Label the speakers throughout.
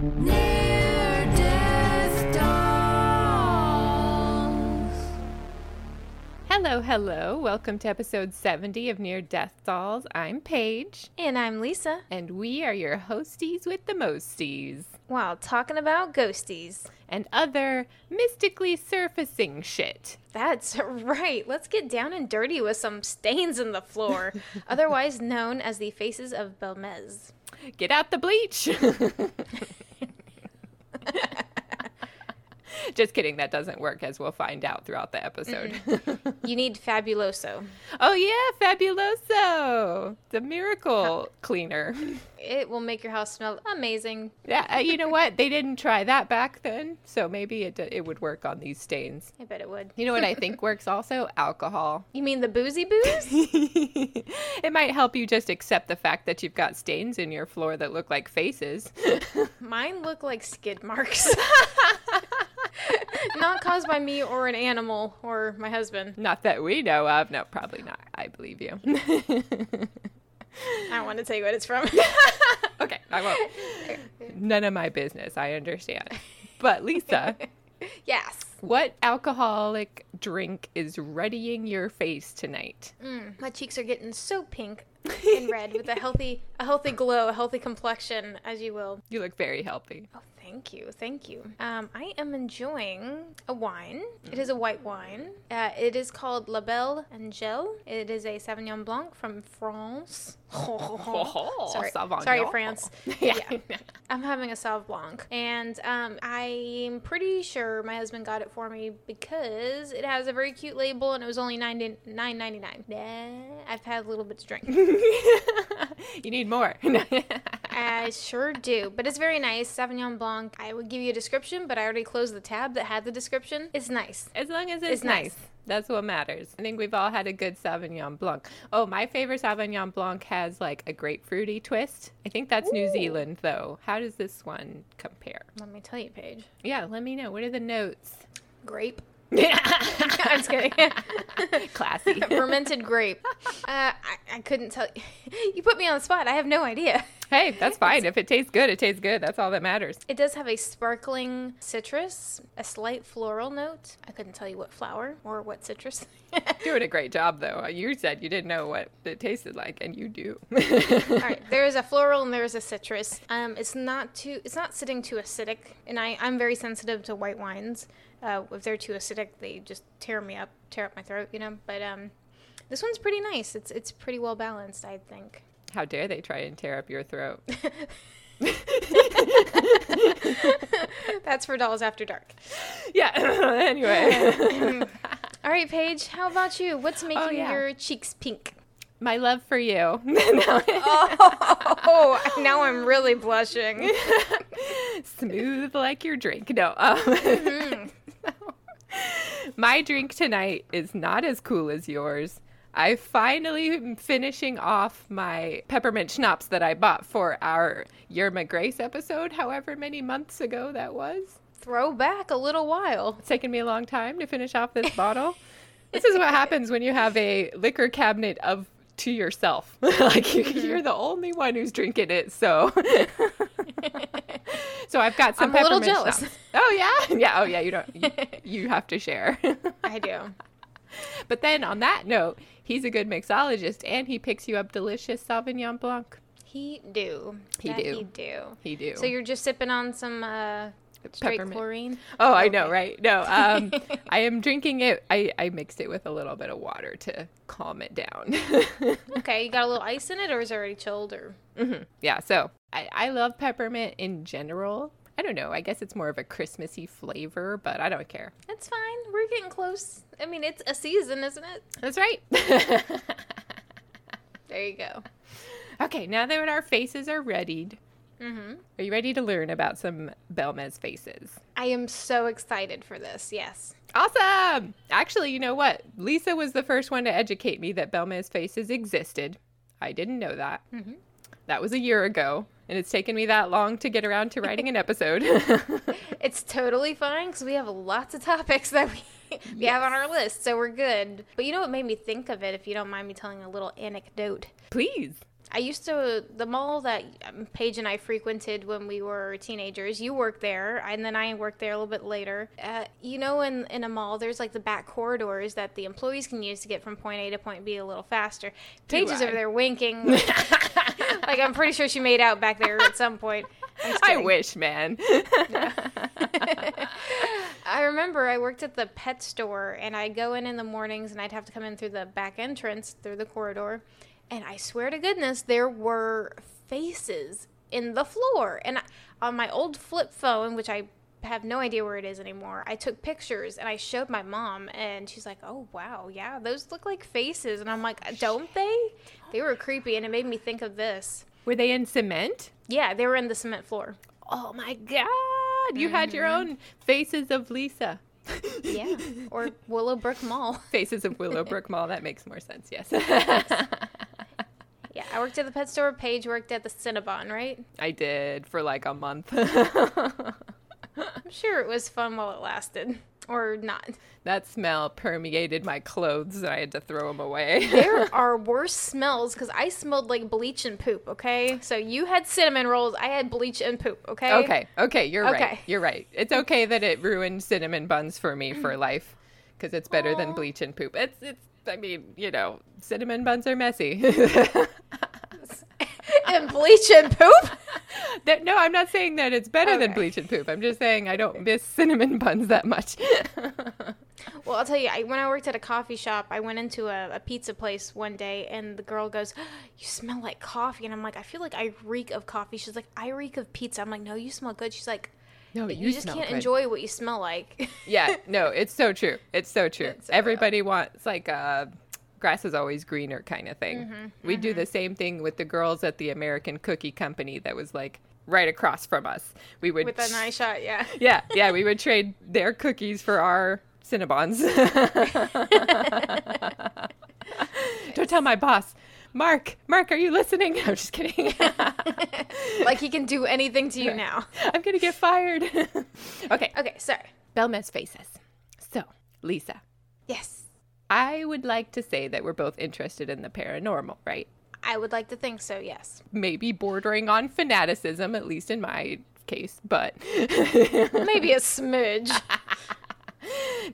Speaker 1: Near Death Dolls.
Speaker 2: Hello, hello. Welcome to episode 70 of Near Death Dolls. I'm Paige,
Speaker 3: And I'm Lisa.
Speaker 2: and we are your hosties with the mosties
Speaker 3: Wow, talking about ghosties.
Speaker 2: and other mystically surfacing shit.
Speaker 3: That's right. Let's get down and dirty with some stains in the floor, otherwise known as the faces of Belmez.
Speaker 2: Get out the bleach. Just kidding, that doesn't work as we'll find out throughout the episode.
Speaker 3: You need Fabuloso.
Speaker 2: oh, yeah, Fabuloso, the miracle cleaner.
Speaker 3: It will make your house smell amazing.
Speaker 2: Yeah, uh, you know what? They didn't try that back then, so maybe it, it would work on these stains.
Speaker 3: I bet it would.
Speaker 2: You know what I think works also? Alcohol.
Speaker 3: You mean the boozy booze?
Speaker 2: it might help you just accept the fact that you've got stains in your floor that look like faces.
Speaker 3: Mine look like skid marks. Not caused by me or an animal or my husband.
Speaker 2: not that we know of. No, probably not. I believe you.
Speaker 3: I don't want to tell you what it's from.
Speaker 2: okay, I won't. None of my business. I understand. But Lisa,
Speaker 3: yes.
Speaker 2: what alcoholic drink is ruddying your face tonight?
Speaker 3: My cheeks are getting so pink and red with a healthy a healthy glow, a healthy complexion, as you will.
Speaker 2: You look very healthy.
Speaker 3: Oh, thank you, thank you. Um, I am enjoying a wine. It is a white wine. Uh, it is called La Belle Angèle. It is a Sauvignon Blanc from France. Oh, Sorry,
Speaker 2: Oh, Sauvignon.
Speaker 3: sorry, France.
Speaker 2: Yeah.
Speaker 3: I'm having a Sauv Blanc, and um, I'm pretty sure my husband got it for me because it has a very cute label, and it was only nine nine ninety nine. I've had a little bit to drink.
Speaker 2: you need more.
Speaker 3: I sure do. But it's very nice. Sauvignon Blanc. I would give you a description, but I already closed the tab that had the description. It's nice.
Speaker 2: As long as it's,
Speaker 3: It's
Speaker 2: nice.
Speaker 3: nice.
Speaker 2: That's what matters. I think we've all had a good Sauvignon Blanc. Oh, my favorite Sauvignon Blanc has like a grapefruity twist. I think that's New Zealand though. How does this one compare?
Speaker 3: Let me tell you, Paige.
Speaker 2: Yeah, let me know. What are the notes?
Speaker 3: Grape. I'm just kidding.
Speaker 2: Classy.
Speaker 3: Fermented grape. Uh, I, I couldn't tell you. You put me on the spot. I have no idea.
Speaker 2: hey, that's fine. If it tastes good, it tastes good. That's all that matters.
Speaker 3: It does have a sparkling citrus, a slight floral note. I couldn't tell you what flower or what citrus.
Speaker 2: Doing a great job though. Uh, You said you didn't know what it tasted like, and you do.
Speaker 3: All right, there is a floral and there is a citrus. Um, it's not too, it's not sitting too acidic, and I I'm very sensitive to white wines. Uh, if they're too acidic, they just tear me up, tear up my throat, you know. But um, this one's pretty nice. It's it's pretty well balanced, I think.
Speaker 2: How dare they try and tear up your throat?
Speaker 3: That's for Dolls After Dark.
Speaker 2: yeah. anyway.
Speaker 3: All right, Paige, how about you? What's making
Speaker 2: yeah.
Speaker 3: your cheeks pink?
Speaker 2: My love for you.
Speaker 3: Oh, now I'm really blushing.
Speaker 2: Smooth like your drink. No. Um, my drink tonight is not as cool as yours. I finally am finishing off my peppermint schnapps that I bought for our Yerma Grace episode, however many months ago that was.
Speaker 3: Throw back a little while.
Speaker 2: It's taken me a long time to finish off this bottle. this is what happens when you have a liquor cabinet of to yourself. like you, you're the only one who's drinking it, so. so I've got some.
Speaker 3: I'm a little
Speaker 2: peppermint
Speaker 3: jealous.
Speaker 2: schnapps. Oh yeah, yeah. Oh yeah. You don't. You, you have to share.
Speaker 3: I do.
Speaker 2: but then on that note, he's a good mixologist, and he picks you up delicious Sauvignon Blanc.
Speaker 3: He do.
Speaker 2: He
Speaker 3: That
Speaker 2: do.
Speaker 3: He do.
Speaker 2: He do.
Speaker 3: So you're just sipping on some uh, straight
Speaker 2: Peppermint.
Speaker 3: chlorine.
Speaker 2: Oh, I know, right? No, um, I am drinking it. I, I mixed it with a little bit of water to calm it down.
Speaker 3: Okay, you got a little ice in it, or is it already chilled? Or
Speaker 2: yeah so I, I love peppermint in general i don't know i guess it's more of a christmassy flavor but i don't care
Speaker 3: that's fine. We're getting close. I mean, it's a season, isn't it?
Speaker 2: that's right
Speaker 3: There you go.
Speaker 2: okay now that our faces are readied
Speaker 3: Mhm.
Speaker 2: are you ready to learn about some belmez faces
Speaker 3: I am so excited for this. Yes.
Speaker 2: awesome actually you know what lisa was the first one to educate me that belmez faces existed i didn't know that that was a year ago and it's taken me that long to get around to writing an episode.
Speaker 3: It's totally fine because we have lots of topics that we, we have on our list, so we're good. But you know what made me think of it, if you don't mind me telling a little anecdote?
Speaker 2: Please.
Speaker 3: I used to, the mall that um, Paige and I frequented when we were teenagers, you worked there, and then I worked there a little bit later. Uh, you know, in, in a mall, there's like the back corridors that the employees can use to get from point A to point B a little faster. Paige is
Speaker 2: I?
Speaker 3: over there winking. like, I'm pretty sure she made out back there at some point. I'm just
Speaker 2: I
Speaker 3: kidding.
Speaker 2: wish, man.
Speaker 3: I remember I worked at the pet store and I'd go in in the mornings and I'd have to come in through the back entrance through the corridor. And I swear to goodness, there were faces in the floor. And I, on my old flip phone, which I have no idea where it is anymore, I took pictures and I showed my mom. And she's like, oh, wow, yeah, those look like faces. And I'm like, "Uh, don't they? They were creepy. And it made me think of this.
Speaker 2: Were they in cement?
Speaker 3: Yeah, they were in the cement floor.
Speaker 2: Oh my god. You had your own faces of Lisa.
Speaker 3: Yeah. or Willowbrook Mall.
Speaker 2: Faces of Willowbrook Mall. That makes more sense. Yes.
Speaker 3: Yeah, I worked at the pet store. Paige worked at the Cinnabon, right?
Speaker 2: I did for like a month.
Speaker 3: I'm sure it was fun while it lasted, or not.
Speaker 2: that smell permeated my clothes and I had to throw them away.
Speaker 3: There are worse smells because I smelled like bleach and poop. Okay, so you had cinnamon rolls. I had bleach and poop. Okay.
Speaker 2: Okay, okay, you're right.
Speaker 3: Okay.
Speaker 2: You're right. It's okay that it ruined cinnamon buns for me for life because it's better than
Speaker 3: Aw.
Speaker 2: bleach and poop. It's it's I mean, you know, cinnamon buns are messy.
Speaker 3: and bleach and poop.
Speaker 2: That- no, I'm not saying that it's better than
Speaker 3: Okay.
Speaker 2: bleach and poop. I'm just saying I don't miss cinnamon buns that much.
Speaker 3: Well, I'll tell you. I, when I worked at a coffee shop, I went into a, a pizza place one day, and the girl goes, "You smell like coffee," and I'm like, "I feel like I reek of coffee." She's like, "I reek of pizza." I'm like, "No, you smell good." She's like,
Speaker 2: no,
Speaker 3: "But
Speaker 2: you,
Speaker 3: you, just
Speaker 2: smell
Speaker 3: can't
Speaker 2: good.
Speaker 3: enjoy what you smell like."
Speaker 2: Yeah, no, it's so true. It's so true.
Speaker 3: It's uh, so
Speaker 2: Everybody wants like a grass is always greener kind of thing.
Speaker 3: Mm-hmm,
Speaker 2: we do the same thing with the girls at the American Cookie Company that was like right across from us. We would
Speaker 3: With an eye shot, yeah.
Speaker 2: Yeah, yeah, we would trade their cookies for our Cinnabons. Don't tell my boss. Mark, Mark, are you listening? I'm just kidding.
Speaker 3: like he can do anything to you now.
Speaker 2: I'm going to get fired. okay,
Speaker 3: Okay, sorry.
Speaker 2: Belmes faces. So, Lisa,
Speaker 3: Yes,
Speaker 2: I would like to say that we're both interested in the paranormal, right?
Speaker 3: I would like to think so. Yes,
Speaker 2: Maybe bordering on fanaticism, at least in my case, but
Speaker 3: maybe a smidge.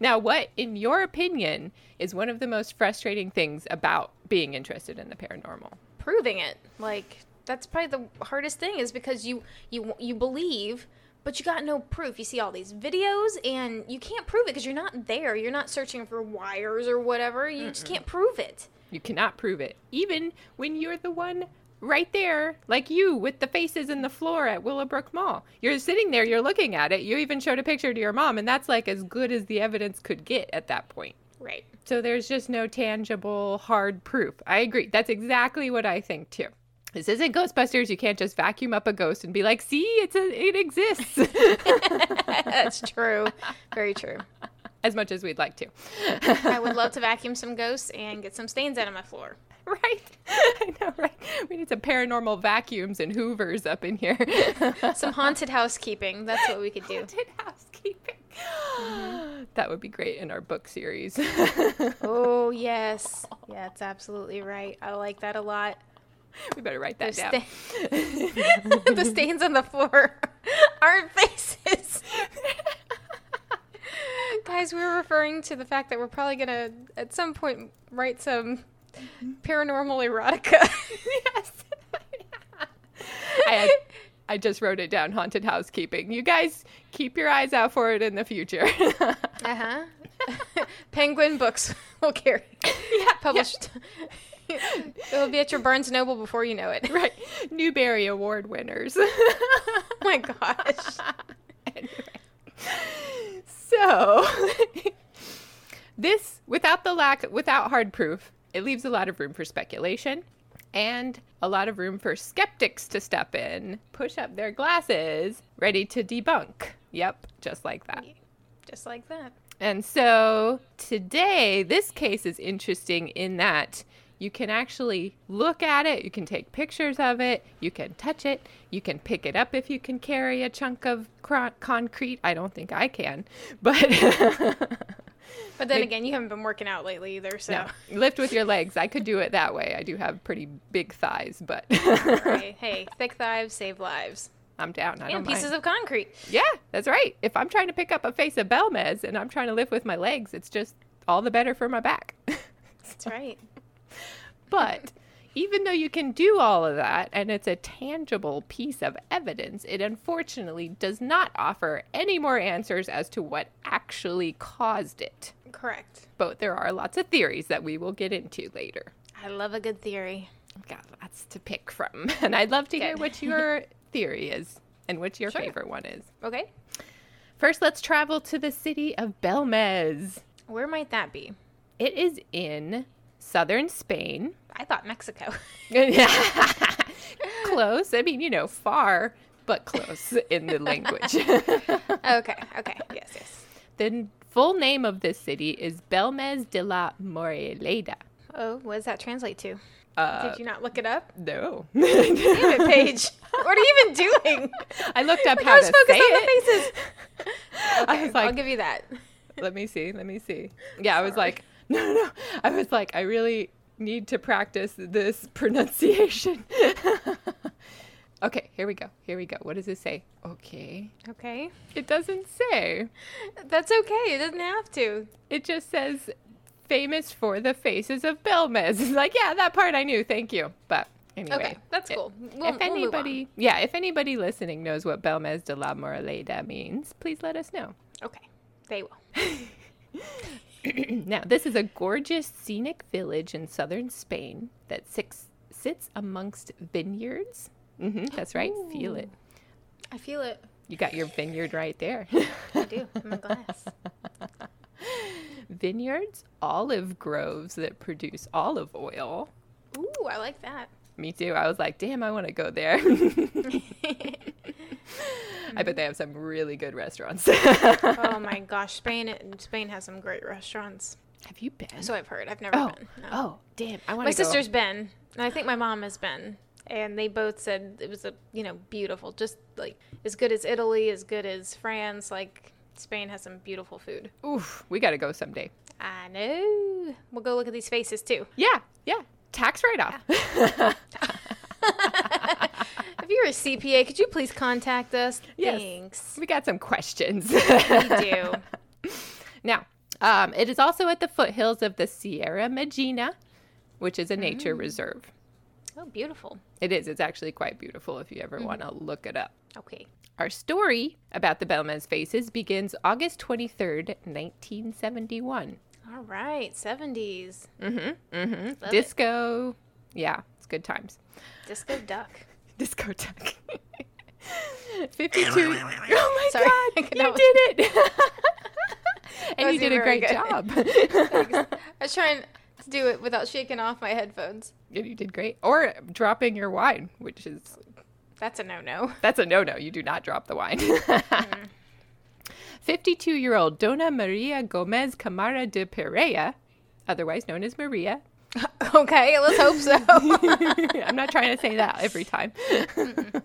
Speaker 2: Now, what, in your opinion, is one of the most frustrating things about being interested in the paranormal?
Speaker 3: Proving it, like that's probably the hardest thing, is because you you you believe, but you got no proof. You see all these videos, and you can't prove it because you're not there. You're not searching for wires or whatever. You just can't prove it.
Speaker 2: You cannot prove it, even when you're the one right there, like you with the faces in the floor at Willowbrook Mall. You're sitting there, you're looking at it. You even showed a picture to your mom, and that's like as good as the evidence could get at that point.
Speaker 3: Right.
Speaker 2: So there's just no tangible, hard proof. I agree. That's exactly what I think too. This isn't Ghostbusters. You can't just vacuum up a ghost and be like, "See, it's a, it exists."
Speaker 3: That's true. Very true.
Speaker 2: as much as we'd like to.
Speaker 3: I would love to vacuum some ghosts and get some stains out of my floor.
Speaker 2: Right. I know, right? We need some paranormal vacuums and hoovers up in here.
Speaker 3: Some haunted housekeeping. That's what we could do.
Speaker 2: Haunted housekeeping. That would be great in our book series.
Speaker 3: Oh yes, yeah, that's absolutely right. I like that a lot.
Speaker 2: we better write
Speaker 3: The,
Speaker 2: that down.
Speaker 3: sta- the stains on the floor aren't faces. Guys, we were referring to the fact that we're probably gonna at some point write some paranormal erotica.
Speaker 2: yes. I, had, I just wrote it down haunted housekeeping. You guys keep your eyes out for it in the future.
Speaker 3: uh huh. Penguin Books will carry published. It'll be at your Barnes Noble before you know it.
Speaker 2: right. Newbery Award winners.
Speaker 3: Oh my gosh.
Speaker 2: So this without the lack without hard proof, it leaves a lot of room for speculation and a lot of room for skeptics to step in, push up their glasses, ready to debunk. Yep, just like that.
Speaker 3: Just like that.
Speaker 2: And so today this case is interesting in that you can actually look at it, you can take pictures of it, you can touch it, you can pick it up if you can carry a chunk of cro- concrete. I don't think I can, but
Speaker 3: But then again, you haven't been working out lately either, so
Speaker 2: no, lift with your legs. I could do it that way. I do have pretty big thighs, but
Speaker 3: hey, hey, thick thighs save lives.
Speaker 2: I'm down. I don't
Speaker 3: And
Speaker 2: mind.
Speaker 3: pieces of concrete.
Speaker 2: Yeah, that's right. If I'm trying to pick up a face of Belmez and I'm trying to lift with my legs, it's just all the better for my back.
Speaker 3: That's right.
Speaker 2: but even though you can do all of that and it's a tangible piece of evidence, it unfortunately does not offer any more answers as to what actually caused it.
Speaker 3: Correct.
Speaker 2: But there are lots of theories that we will get into later.
Speaker 3: I love a good theory.
Speaker 2: I've got lots to pick from, and I'd love to hear
Speaker 3: Good.
Speaker 2: what your theory is and what your
Speaker 3: Sure.
Speaker 2: favorite one is.
Speaker 3: Okay.
Speaker 2: First, let's travel to the city of Belmez.
Speaker 3: Where might that be?
Speaker 2: It is in southern Spain.
Speaker 3: I thought Mexico.
Speaker 2: close. I mean, you know, far, but close in the language.
Speaker 3: okay. Okay. Yes. Yes.
Speaker 2: the full name of this city is Belmez de la Moreleda.
Speaker 3: Oh, what does that translate to?
Speaker 2: Uh,
Speaker 3: Did you not look it up?
Speaker 2: no.
Speaker 3: Damn it, Paige. what are you even doing?
Speaker 2: I looked up
Speaker 3: Like,
Speaker 2: how
Speaker 3: I was
Speaker 2: to
Speaker 3: focused
Speaker 2: say
Speaker 3: on
Speaker 2: it.
Speaker 3: the faces.
Speaker 2: I was like,
Speaker 3: I'll give you that.
Speaker 2: let me see, let me see. Yeah, I was
Speaker 3: Sorry.
Speaker 2: like, no, no, no. I was like, I really need to practice this pronunciation. okay, here we go. Here we go. What does it say? Okay.
Speaker 3: Okay.
Speaker 2: It doesn't say.
Speaker 3: That's okay. It doesn't have to.
Speaker 2: It just says famous for the faces of Belmez. It's like, yeah, that part I knew. Thank you. But anyway.
Speaker 3: Okay. That's
Speaker 2: it-
Speaker 3: cool. We'll,
Speaker 2: if
Speaker 3: we'll move on.
Speaker 2: anybody, yeah, if anybody listening knows what Belmez de la Moraleda means, please let us know.
Speaker 3: Okay. They will.
Speaker 2: now, this is a gorgeous scenic village in southern Spain that six, sits amongst vineyards. hmm
Speaker 3: Mm-hmm.
Speaker 2: that's right. Feel it.
Speaker 3: I feel it.
Speaker 2: You got your vineyard right there.
Speaker 3: I do. In my glass.
Speaker 2: vineyards, olive groves that produce olive oil.
Speaker 3: Ooh, I like that.
Speaker 2: Me too. I was like, damn, I want to go there. I bet they have some really good restaurants. have
Speaker 3: oh my gosh, Spain! Spain has some great restaurants.
Speaker 2: you been?
Speaker 3: So I've heard. I've never
Speaker 2: oh,
Speaker 3: been. No.
Speaker 2: oh, damn. I want
Speaker 3: my
Speaker 2: to go.
Speaker 3: sister's been, and I think my mom has been, and they both said it was a you know beautiful, just like as good as Italy, as good as France. Like Spain has some beautiful food.
Speaker 2: Oof, we got to go someday.
Speaker 3: I know. We'll go look at these faces too.
Speaker 2: Yeah, yeah. Tax write off.
Speaker 3: If you're a CPA, could you please contact us?
Speaker 2: Yes.
Speaker 3: Thanks.
Speaker 2: we got some questions.
Speaker 3: We do.
Speaker 2: Now, um, it is also at the foothills of the Sierra Magina, which is a nature reserve.
Speaker 3: oh, beautiful.
Speaker 2: It is. It's actually quite beautiful if you ever want to look it up.
Speaker 3: Okay.
Speaker 2: Our story about the Belmez faces begins August 23rd, 1971.
Speaker 3: All right. 70s.
Speaker 2: Mm-hmm,
Speaker 3: Love it.
Speaker 2: Disco. Yeah, it's good times.
Speaker 3: Disco duck.
Speaker 2: Disco tech. 52. oh my
Speaker 3: Sorry, I
Speaker 2: God,
Speaker 3: could
Speaker 2: you
Speaker 3: not-
Speaker 2: did it. and you
Speaker 3: wasn't
Speaker 2: did a
Speaker 3: very
Speaker 2: great
Speaker 3: good.
Speaker 2: job.
Speaker 3: I was trying to do it without shaking off my headphones.
Speaker 2: And you did great. Or dropping your wine, which is
Speaker 3: That's a no no.
Speaker 2: That's a no no. You do not drop the wine. Hmm. 52 year old Dona Maria Gomez Camara de Perea, otherwise known as Maria.
Speaker 3: Okay, let's hope so.
Speaker 2: I'm not trying to say that every time.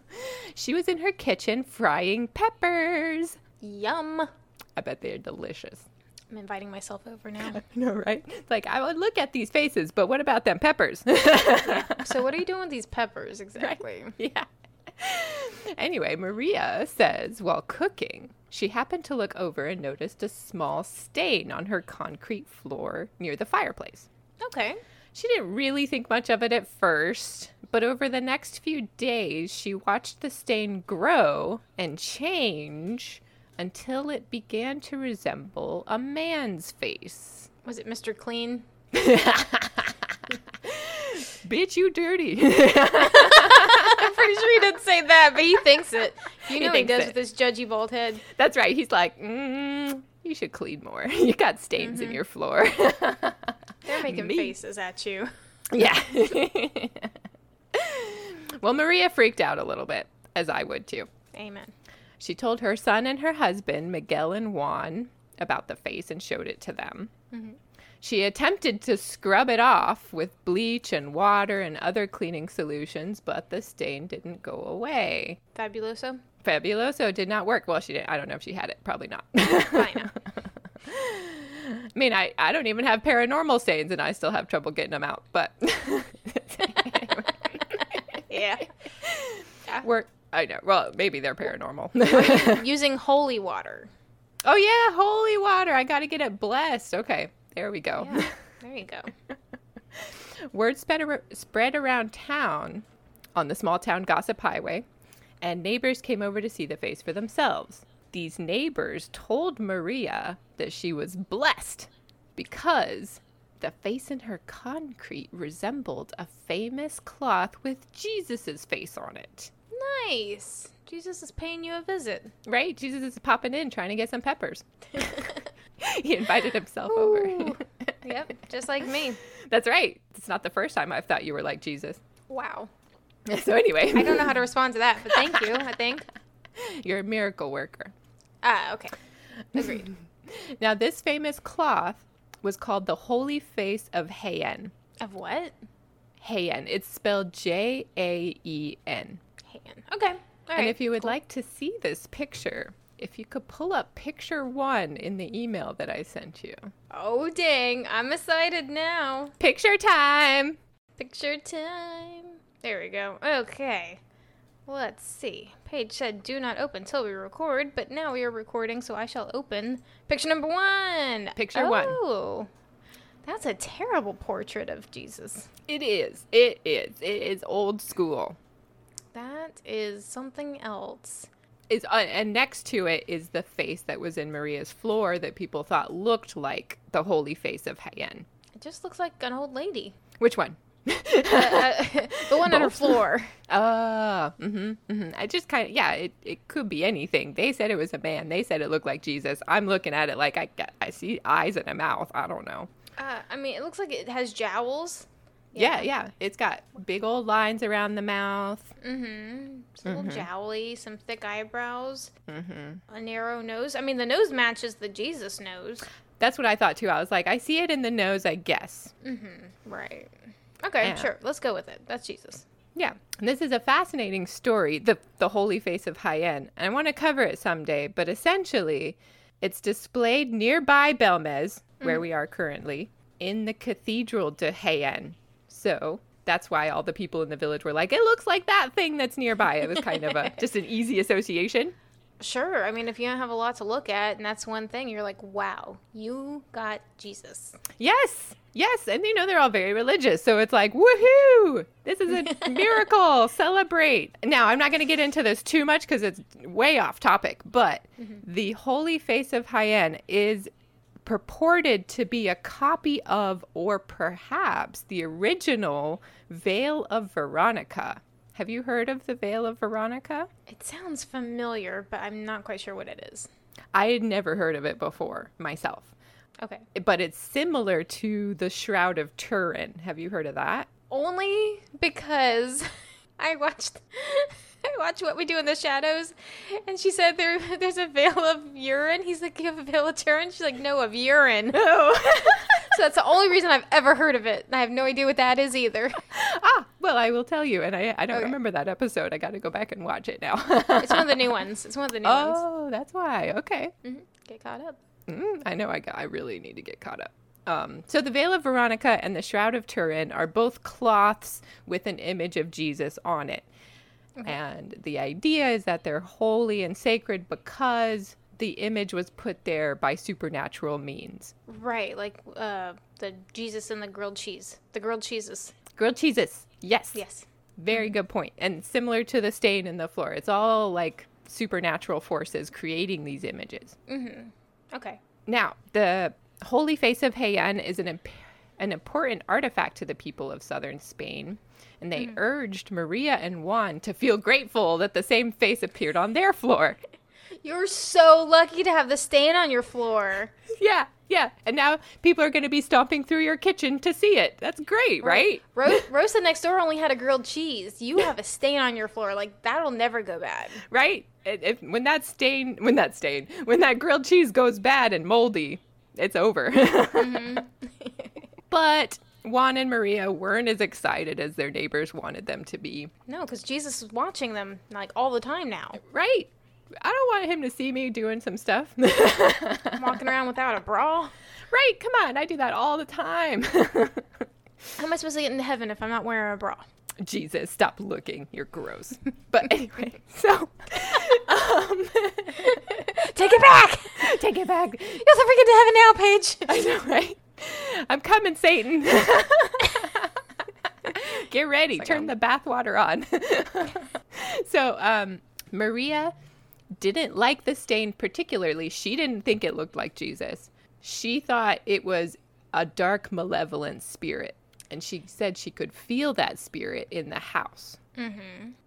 Speaker 2: she was in her kitchen frying peppers.
Speaker 3: Yum.
Speaker 2: I bet they are delicious.
Speaker 3: I'm inviting myself over now.
Speaker 2: I know, right? It's like, I would look at these faces, but what about them peppers?
Speaker 3: So, what are you doing with these peppers exactly?
Speaker 2: yeah. Anyway, Maria says while cooking, she happened to look over and noticed a small stain on her concrete floor near the fireplace.
Speaker 3: Okay.
Speaker 2: She didn't really think much of it at first, but over the next few days, she watched the stain grow and change until it began to resemble a man's face.
Speaker 3: Was it Mr. Clean?
Speaker 2: Bitch, you dirty.
Speaker 3: I'm pretty sure he didn't say that, but he thinks it. You know he,
Speaker 2: thinks
Speaker 3: does
Speaker 2: it.
Speaker 3: with his judgy bald head.
Speaker 2: That's right. He's like, mm, you should clean more. You got stains in your floor.
Speaker 3: They're making
Speaker 2: Me.
Speaker 3: faces at you.
Speaker 2: Yeah. well, Maria freaked out a little bit, as I would too.
Speaker 3: Amen.
Speaker 2: She told her son and her husband, Miguel and Juan, about the face and showed it to them. She attempted to scrub it off with bleach and water and other cleaning solutions, but the stain didn't go away.
Speaker 3: Fabuloso.
Speaker 2: Fabuloso did not work. Well, she didn't. I don't know if she had it. Probably not.
Speaker 3: I know.
Speaker 2: I mean, I, I don't even have paranormal stains and I still have trouble getting them out. But
Speaker 3: Yeah.
Speaker 2: we're, I know. Well, maybe they're paranormal.
Speaker 3: Using holy water.
Speaker 2: oh, yeah. Holy water. I got to get it blessed. Okay. There we go.
Speaker 3: Yeah. There you go.
Speaker 2: Word spread, ar- spread around town on the small town gossip highway, and neighbors came over to see the face for themselves. These neighbors told Maria that she was blessed because the face in her concrete resembled a famous cloth with Jesus's face on it.
Speaker 3: Nice. Jesus is paying you a visit.
Speaker 2: Right? Jesus is popping in trying to get some peppers. he invited himself over.
Speaker 3: Ooh. Yep. Just like me.
Speaker 2: That's right. It's not the first time I've thought you were like Jesus.
Speaker 3: Wow.
Speaker 2: So anyway,
Speaker 3: I don't know how to respond to that, but thank you. I think.
Speaker 2: You're a miracle worker.
Speaker 3: Ah, okay. Agreed.
Speaker 2: Now, this famous cloth was called the Holy Face of Hayen.
Speaker 3: of what?
Speaker 2: Hayen. It's spelled J A E N.
Speaker 3: Hand. Okay. All right.
Speaker 2: And if you would like to see this picture, if you could pull up picture one in the email that I sent you.
Speaker 3: oh dang! I'm excited now.
Speaker 2: Picture time!
Speaker 3: Picture time. There we go. Okay. Let's see. Page said do not open till we record, but now we are recording, so I shall open picture number one.
Speaker 2: Picture one.
Speaker 3: Oh, that's a terrible portrait of Jesus.
Speaker 2: It is. It is. It is old school.
Speaker 3: That is something else.
Speaker 2: Is uh, and next to it is the face that was in Maria's floor that people thought looked like the holy face of Hayen.
Speaker 3: It just looks like an old lady.
Speaker 2: Which one?
Speaker 3: Uh, the one on her
Speaker 2: Both.
Speaker 3: floor.
Speaker 2: Ah, hmm hmm I just kind of, yeah, it, it could be anything. They said it was a man. They said it looked like Jesus. I'm looking at it like I, I see eyes and a mouth. I don't know.
Speaker 3: Uh, I mean, it looks like it has jowls.
Speaker 2: Yeah, yeah. It's got big old lines around the mouth.
Speaker 3: Mm-hmm. It's a little jowly, some thick eyebrows, mm-hmm. a narrow nose. I mean, the nose matches the Jesus nose.
Speaker 2: That's what I thought too. I was like, I see it in the nose, I guess.
Speaker 3: Right. Okay,
Speaker 2: Yeah.
Speaker 3: sure. Let's go with it. That's Jesus.
Speaker 2: Yeah. And this is a fascinating story, the, the holy face of Hyen. I want to cover it someday, but essentially, it's displayed nearby Belmez, where we are currently, in the Cathedral de Hyen. So that's why all the people in the village were like, it looks like that thing that's nearby. It was kind of a just an easy association.
Speaker 3: Sure. I mean, if you don't have a lot to look at, and that's one thing, you're like, wow, you got Jesus.
Speaker 2: Yes. Yes. And you know, they're all very religious. So it's like, woohoo, this is a miracle. Celebrate. Now, I'm not going to get into this too much because it's way off topic, but the holy face of Hyen is purported to be a copy of or perhaps the original Veil of Veronica. Have you heard of the Veil of Veronica?
Speaker 3: It sounds familiar, but I'm not quite sure what it is.
Speaker 2: I had never heard of it before myself,
Speaker 3: Okay.
Speaker 2: but it's similar to the Shroud of Turin. Have you heard of that?
Speaker 3: only because I watched I watched What We Do in the Shadows, and she said there there's a veil of urine. He's like, you have a veil of urine? She's like, no, of urine. so that's the only reason I've ever heard of it, and I have no idea what that is either.
Speaker 2: ah, well, I will tell you. And I, I don't remember that episode. I got to go back and watch it now.
Speaker 3: It's one of the new ones. It's one of the new ones.
Speaker 2: oh, that's why. Okay.
Speaker 3: Get caught up.
Speaker 2: Mm, I know. I, got, I really need to get caught up. Um, so the Veil of Veronica and the Shroud of Turin are both cloths with an image of Jesus on it. And the idea is that they're holy and sacred because the image was put there by supernatural means.
Speaker 3: Right, like uh, the Jesus and the grilled cheese. The grilled cheeses.
Speaker 2: Grilled cheeses. Yes.
Speaker 3: Yes.
Speaker 2: Very good point. And similar to the stain in the floor, it's all like supernatural forces creating these images.
Speaker 3: Okay.
Speaker 2: Now, the Holy Face of Heian is an, imp- an important artifact to the people of southern Spain, and they urged Maria and Juan to feel grateful that the same face appeared on their floor.
Speaker 3: You're so lucky to have the stain on your floor.
Speaker 2: yeah, yeah. And now people are going to be stomping through your kitchen to see it. That's great, right?
Speaker 3: Ro- Rosa next door only had a grilled cheese. You have a stain on your floor. Like that'll never go bad.
Speaker 2: Right? If, if- when that stain, when Mm-hmm. that stain, when that grilled cheese goes bad and moldy, it's over. But Juan and Maria weren't as excited as their neighbors wanted them to be.
Speaker 3: No, because Jesus is watching them like all the time now,
Speaker 2: Right. I don't want him to see me doing some stuff.
Speaker 3: walking around without a bra.
Speaker 2: right, come on. I do that all the time.
Speaker 3: How am I supposed to get into heaven if I'm not wearing a bra?
Speaker 2: Jesus, stop looking. You're gross. But anyway, so um,
Speaker 3: Take it back!
Speaker 2: take it back.
Speaker 3: You'll never get to heaven now, Paige.
Speaker 2: I know, right? I'm coming, Satan. Get ready. Turn the bathwater on. so, um, Maria didn't like the stain particularly. She didn't think it looked like Jesus. She thought it was a dark, malevolent spirit. And she said she could feel that spirit in the house.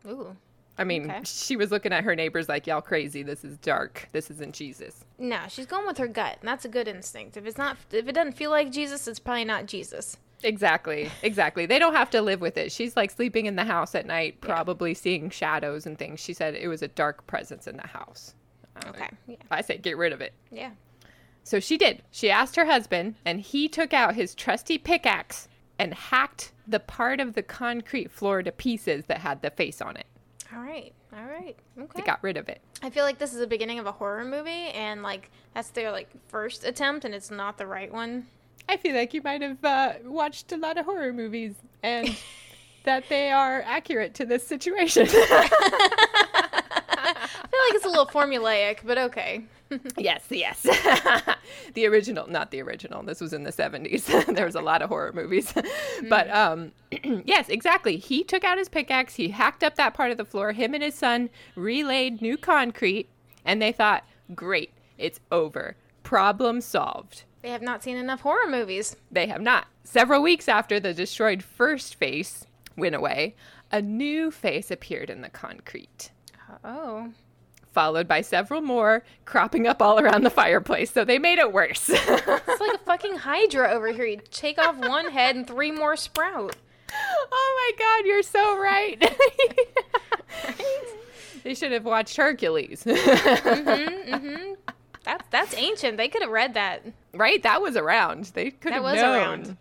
Speaker 3: Ooh.
Speaker 2: I mean,
Speaker 3: Okay.
Speaker 2: she was looking at her neighbors like, y'all crazy. This is dark. This isn't Jesus.
Speaker 3: No, she's going with her gut, and that's a good instinct. If it's not, if it doesn't feel like Jesus, it's probably not Jesus.
Speaker 2: Exactly. Exactly. They don't have to live with it. She's like sleeping in the house at night, probably seeing shadows and things. She said it was a dark presence in the house. I-
Speaker 3: Okay. Yeah.
Speaker 2: I say get rid of it.
Speaker 3: Yeah.
Speaker 2: So she did. She asked her husband, and he took out his trusty pickaxe and hacked the part of the concrete floor to pieces that had the face on it.
Speaker 3: All right. All right. Okay.
Speaker 2: They got rid of it.
Speaker 3: I feel like this is the beginning of a horror movie, and like that's their like first attempt, and it's not the right one.
Speaker 2: I feel like you might have uh, watched a lot of horror movies and that they are accurate to this situation.
Speaker 3: I feel like it's a little formulaic, but okay.
Speaker 2: Yes, yes. the original, not the original. This was in the 70s. there was a lot of horror movies. but um yes, exactly. He took out his pickaxe, he hacked up that part of the floor. Him and his son relaid new concrete and they thought, "Great, it's over. Problem solved."
Speaker 3: They have not seen enough horror movies.
Speaker 2: They have not. Several weeks after the destroyed first face went away, a new face appeared in the concrete.
Speaker 3: Oh.
Speaker 2: Followed by several more cropping up all around the fireplace, so they made it worse.
Speaker 3: It's like a fucking hydra over here. You take off one head and three more sprout.
Speaker 2: oh my god, you're so right. They should have watched Hercules.
Speaker 3: Mm-hmm. That's that's ancient. They could have read that.
Speaker 2: right? That was around. They could
Speaker 3: That
Speaker 2: have
Speaker 3: was
Speaker 2: known.
Speaker 3: around.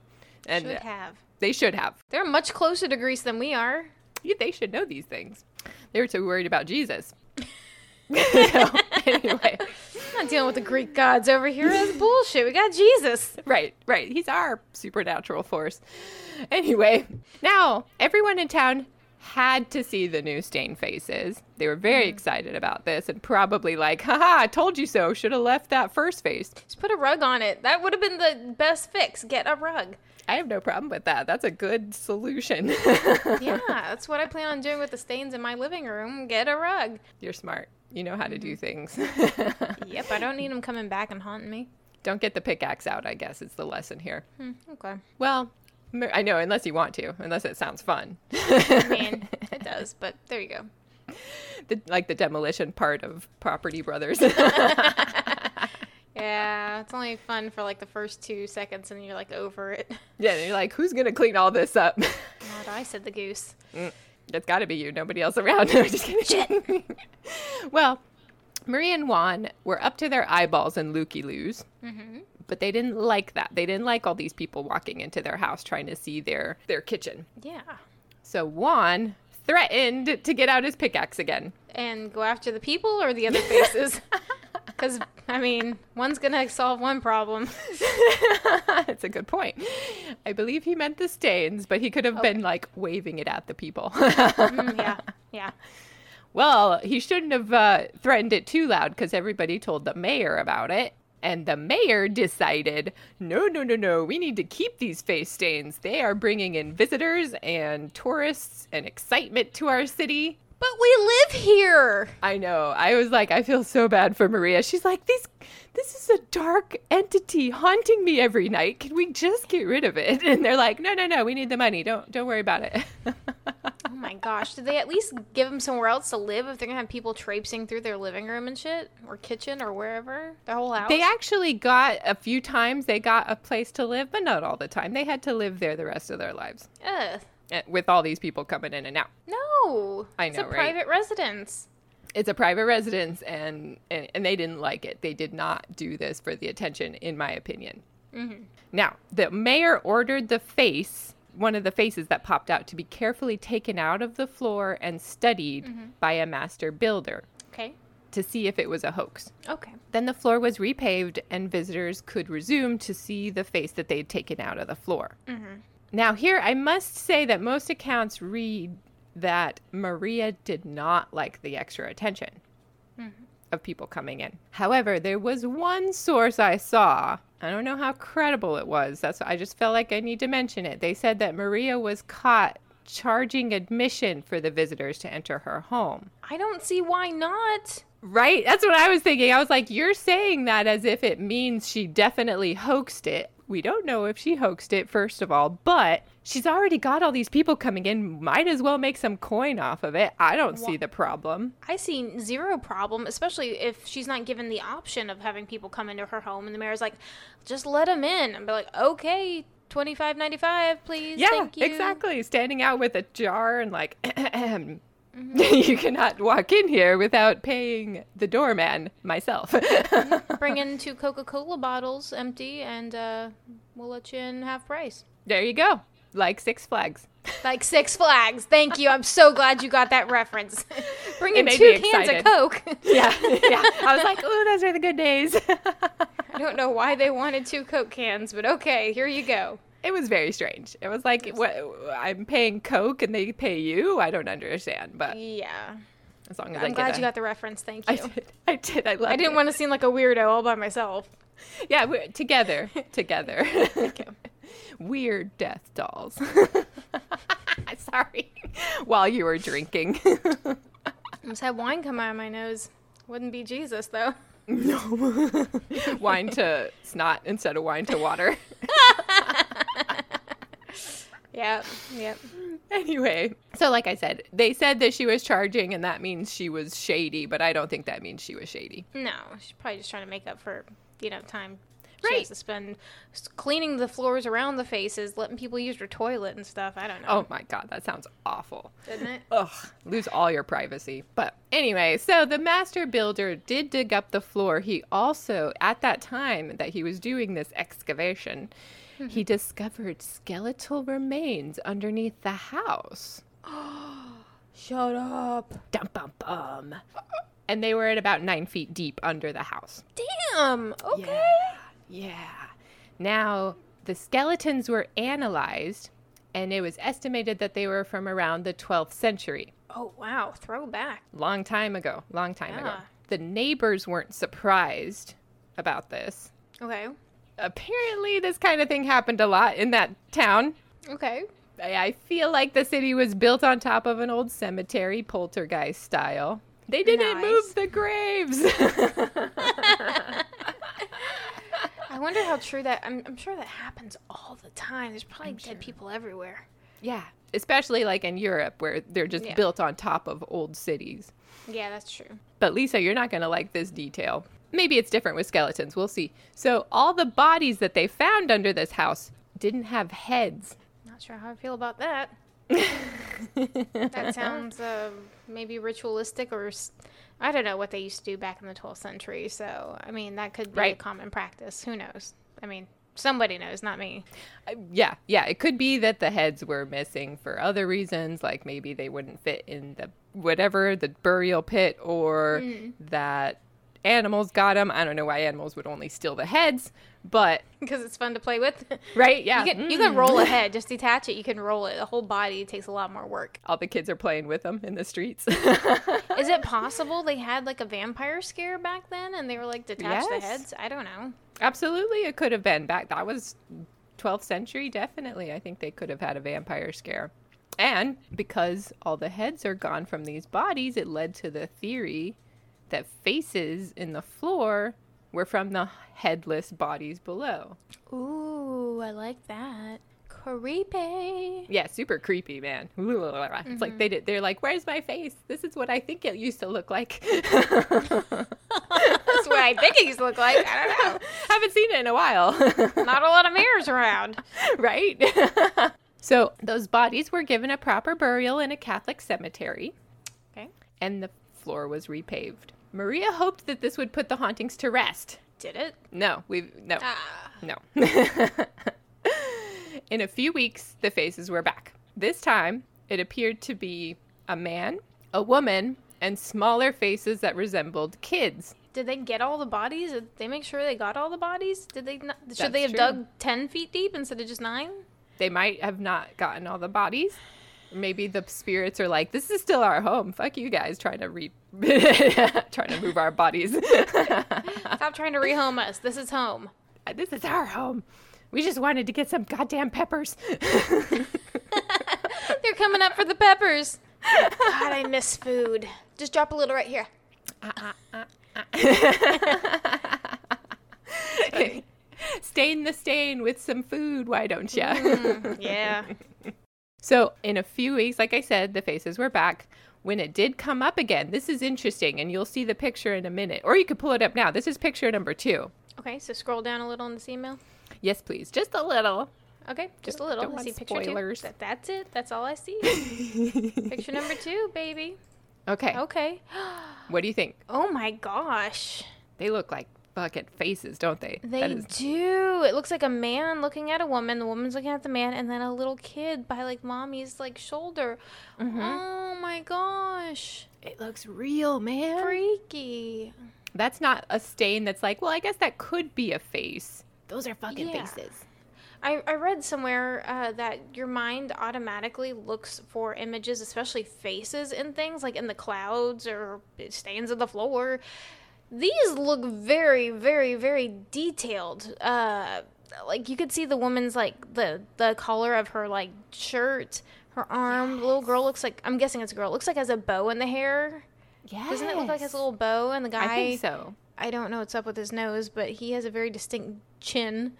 Speaker 2: And
Speaker 3: Should have.
Speaker 2: they should have.
Speaker 3: They're much closer to Greece than we are.
Speaker 2: You- They should know these things. They were too worried about Jesus. So, anyway,
Speaker 3: I'm not dealing with the Greek gods over here. That's bullshit. We got Jesus.
Speaker 2: right, right. He's our supernatural force. Anyway, now everyone in town had to see the new stain faces. They were
Speaker 3: Mm.
Speaker 2: very excited about this and probably like, haha, I told you so. Should have left that first face.
Speaker 3: Just put a rug on it. That would have been the best fix. Get a rug.
Speaker 2: I have no problem with that. That's a good solution.
Speaker 3: Yeah, that's what I plan on doing with the stains in my living room. Get a rug.
Speaker 2: You're smart. You know how to
Speaker 3: Mm-hmm.
Speaker 2: do things.
Speaker 3: Yep, I don't need them coming back and haunting me.
Speaker 2: Don't get the pickaxe out, I guess, is the lesson here.
Speaker 3: Okay.
Speaker 2: Well, m- I know, unless you want to, unless it sounds fun.
Speaker 3: I mean, it does, but there you go.
Speaker 2: The, like the demolition part of Property Brothers.
Speaker 3: Yeah, it's only fun for like the first two seconds and you're like over it.
Speaker 2: yeah, you're like, who's going to clean all this up?
Speaker 3: Not I said the goose.
Speaker 2: That's got to be you. Nobody else around. No, just kidding. well, Marie and Juan were up to their eyeballs in looky loos, but they didn't like that. They didn't like all these people walking into their house trying to see their their kitchen.
Speaker 3: Yeah.
Speaker 2: So Juan threatened to get out his pickaxe again.
Speaker 3: And go after the people or the other faces? Because, I mean, one's going to solve one problem.
Speaker 2: That's a good point. I believe he meant the stains, but he could have been like waving it at the people.
Speaker 3: Mm, yeah, yeah.
Speaker 2: Well, he shouldn't have uh, threatened it too loud because everybody told the mayor about it. And the mayor decided, no, no, no, no, we need to keep these face stains. They are bringing in visitors and tourists and excitement to our city.
Speaker 3: But we live here.
Speaker 2: I know. I was like, I feel so bad for Maria. She's like, this, this is a dark entity haunting me every night. Can we just get rid of it? And they're like, no, no, no, we need the money. Don't, don't worry about it.
Speaker 3: Oh my gosh. Did they at least give them somewhere else to live if they're going to have people traipsing through their living room and shit? Or kitchen or wherever? Their whole house?
Speaker 2: They actually got a few times they got a place to live, but not all the time. They had to live there the rest of their lives
Speaker 3: Ugh.
Speaker 2: eh, with all these people coming in and out.
Speaker 3: No.
Speaker 2: I
Speaker 3: It's a
Speaker 2: know, right?
Speaker 3: private residence.
Speaker 2: It's a private residence and, and and they didn't like it. They did not do this for the attention in my opinion. Now, the mayor ordered the face, one of the faces that popped out, to be carefully taken out of the floor and studied by a master builder
Speaker 3: Okay.
Speaker 2: to see if it was a hoax.
Speaker 3: Okay.
Speaker 2: Then the floor was repaved and visitors could resume to see the face that they had taken out of the floor. Now, here I must say that most accounts read that Maria did not like the extra attention of people coming in. However, there was one source I saw. I don't know how credible it was. That's I just felt like I need to mention it. They said that Maria was caught charging admission for the visitors to enter her home.
Speaker 3: I don't see why not.
Speaker 2: Right? That's what I was thinking. I was like, you're saying that as if it means she definitely hoaxed it. We don't know if she hoaxed it, first of all, but she's already got all these people coming in. Might as well make some coin off of it. I don't see the problem.
Speaker 3: I see zero problem, especially if she's not given the option of having people come into her home, and the mayor's like, "Just let them in," and be like, "Okay, twenty five ninety five, please."
Speaker 2: Yeah,
Speaker 3: Thank you."
Speaker 2: exactly. Standing out with a jar and like,
Speaker 3: Mm-hmm.
Speaker 2: you cannot walk in here without paying the doorman myself.
Speaker 3: Bring in two Coca Cola bottles empty, and uh, we'll let you in half price.
Speaker 2: there you go. Like Six Flags.
Speaker 3: Like Six Flags. Thank you. I'm so glad you got that reference. Bring in
Speaker 2: made
Speaker 3: two
Speaker 2: me
Speaker 3: cans
Speaker 2: excited.
Speaker 3: of Coke.
Speaker 2: Yeah, yeah. I was like, oh, those are the good days.
Speaker 3: I don't know why they wanted two Coke cans, but okay, here you go.
Speaker 2: It was very strange. It was like, what, I'm paying Coke and they pay you? I don't understand, but
Speaker 3: Yeah.
Speaker 2: as long as I
Speaker 3: I'm
Speaker 2: get
Speaker 3: glad
Speaker 2: a-
Speaker 3: you got the reference. Thank
Speaker 2: I
Speaker 3: you.
Speaker 2: did. I did. I loved
Speaker 3: I didn't want to seem like a weirdo all by myself.
Speaker 2: to. Yeah, we're together. Together. Weird death dolls. Sorry. While you were drinking.
Speaker 3: Almost had wine come out of my nose. Wouldn't be Jesus though.
Speaker 2: no. wine to snot instead of wine to water.
Speaker 3: Yep, yep.
Speaker 2: anyway, so like I said, they said that she was charging and that means she was shady, but I don't think that means she was shady.
Speaker 3: No, she's probably just trying to make up for you know time. She
Speaker 2: Right.
Speaker 3: has to spend s- cleaning the floors around the faces, letting people use her toilet and stuff. I don't know.
Speaker 2: Oh my God, that sounds awful.
Speaker 3: Doesn't it?
Speaker 2: Ugh, lose all your privacy. But anyway, so the master builder did dig up the floor. He also, at that time that he was doing this excavation,
Speaker 3: Mm-hmm.
Speaker 2: he discovered skeletal remains underneath the house.
Speaker 3: Shut up.
Speaker 2: Dum bum bum. And they were at about nine feet deep under the house.
Speaker 3: Damn. Okay.
Speaker 2: Yeah. Yeah. Now, the skeletons were analyzed, and it was estimated that they were from around the 12th century.
Speaker 3: Oh wow. Throwback.
Speaker 2: long time ago long time ago
Speaker 3: Yeah.
Speaker 2: the neighbors weren't surprised about this
Speaker 3: Okay.
Speaker 2: apparently this kind of thing happened a lot in that town
Speaker 3: Okay.
Speaker 2: i I feel like the city was built on top of an old cemetery poltergeist style they didn't
Speaker 3: Nice.
Speaker 2: move the graves
Speaker 3: I wonder how true that. I'm, I'm sure that happens all the time. There's probably dead people everywhere.
Speaker 2: yeah especially like in europe where they're just
Speaker 3: Yeah.
Speaker 2: built on top of old cities
Speaker 3: Yeah, that's true.
Speaker 2: But Lisa, you're not going to like this detail. Maybe it's different with skeletons. We'll see. So, all the bodies that they found under this house didn't have heads.
Speaker 3: Not sure how I feel about that. that sounds uh, maybe ritualistic or s- I don't know what they used to do back in the 12th century. So, I mean, that could be a
Speaker 2: Right.
Speaker 3: common practice. Who knows? I mean, somebody knows, not me.
Speaker 2: Uh, Yeah, yeah. It could be that the heads were missing for other reasons, like maybe they wouldn't fit in the whatever, the burial pit, or
Speaker 3: Mm.
Speaker 2: that animals got them. I don't know why animals would only steal the heads, but
Speaker 3: Because it's fun to play with.
Speaker 2: right, yeah. mm.
Speaker 3: You can, you can roll a head, just detach it. You can roll it. The whole body takes a lot more work.
Speaker 2: all the kids are playing with them in the streets.
Speaker 3: Is it possible they had like a vampire scare back then and they were like detach the
Speaker 2: Yes.
Speaker 3: heads? I don't know.
Speaker 2: Absolutely, it could have been back. That was 12th century, definitely. I think they could have had a vampire scare. And because all the heads are gone from these bodies, it led to the theory that faces in the floor were from the headless bodies below.
Speaker 3: Ooh, I like that. Creepy.
Speaker 2: Yeah, super creepy, man. It's like they did. They're like, "Where's my face? This is what I think it used to look like."
Speaker 3: That's what I think it used to look like. I don't know.
Speaker 2: Haven't seen it in a while.
Speaker 3: Not a lot of mirrors around.
Speaker 2: right? so those bodies were given a proper burial in a Catholic cemetery,
Speaker 3: Okay.
Speaker 2: and the floor was repaved. Maria hoped that this would put the hauntings to rest.
Speaker 3: did it?
Speaker 2: No, we've no,
Speaker 3: Ah.
Speaker 2: no. In a few weeks, the faces were back. This time, it appeared to be a man, a woman, and smaller faces that resembled kids.
Speaker 3: Did they get all the bodies? Did they make sure they got all the bodies? Did they not, should
Speaker 2: That's
Speaker 3: they have
Speaker 2: true.
Speaker 3: dug 10 feet deep instead of just 9?
Speaker 2: They might have not gotten all the bodies. Maybe the spirits are like, "This is still our home. Fuck you guys trying to re trying to move our bodies."
Speaker 3: Stop trying to rehome us. This is home.
Speaker 2: this is our home. We just wanted to get some goddamn peppers.
Speaker 3: They're coming up for the peppers. God, I miss food. Just drop a little right here.
Speaker 2: Stain the stain with some food, why don't ya?
Speaker 3: Yeah.
Speaker 2: so, in a few weeks, like I said, the faces were back. When it did come up again, this is interesting, and you'll see the picture in a minute. Or you could pull it up now. This is picture number two.
Speaker 3: Okay, so scroll down a little in this email.
Speaker 2: Yes, please. Just a little.
Speaker 3: Okay, just a little.
Speaker 2: Don't
Speaker 3: I
Speaker 2: want
Speaker 3: see picture
Speaker 2: spoilers.
Speaker 3: two. That- that's it. That's all I see. picture number two, baby.
Speaker 2: Okay.
Speaker 3: Okay.
Speaker 2: What do you think?
Speaker 3: Oh my gosh.
Speaker 2: They look like fucking faces, don't they?
Speaker 3: They
Speaker 2: That is-
Speaker 3: do. It looks like a man looking at a woman. The woman's looking at the man, and then a little kid by like mommy's like shoulder.
Speaker 2: Mm-hmm.
Speaker 3: Oh my gosh.
Speaker 2: it looks real, man.
Speaker 3: Freaky.
Speaker 2: That's not a stain that's like, well, I guess that could be a face. Those are fucking
Speaker 3: Yeah.
Speaker 2: faces.
Speaker 3: I, I read somewhere uh, that your mind automatically looks for images, especially faces and things like in the clouds or stains of the floor. These look very, very, very detailed. Uh, like you could see the woman's like the the color of her like shirt, her arm. The little girl looks like I'm guessing it's a girl. Looks like has a bow in the hair.
Speaker 2: Yeah.
Speaker 3: Doesn't it look like has a little bow? And the guy,
Speaker 2: I think so.
Speaker 3: I don't know what's up with his nose, but he has a very distinct chin.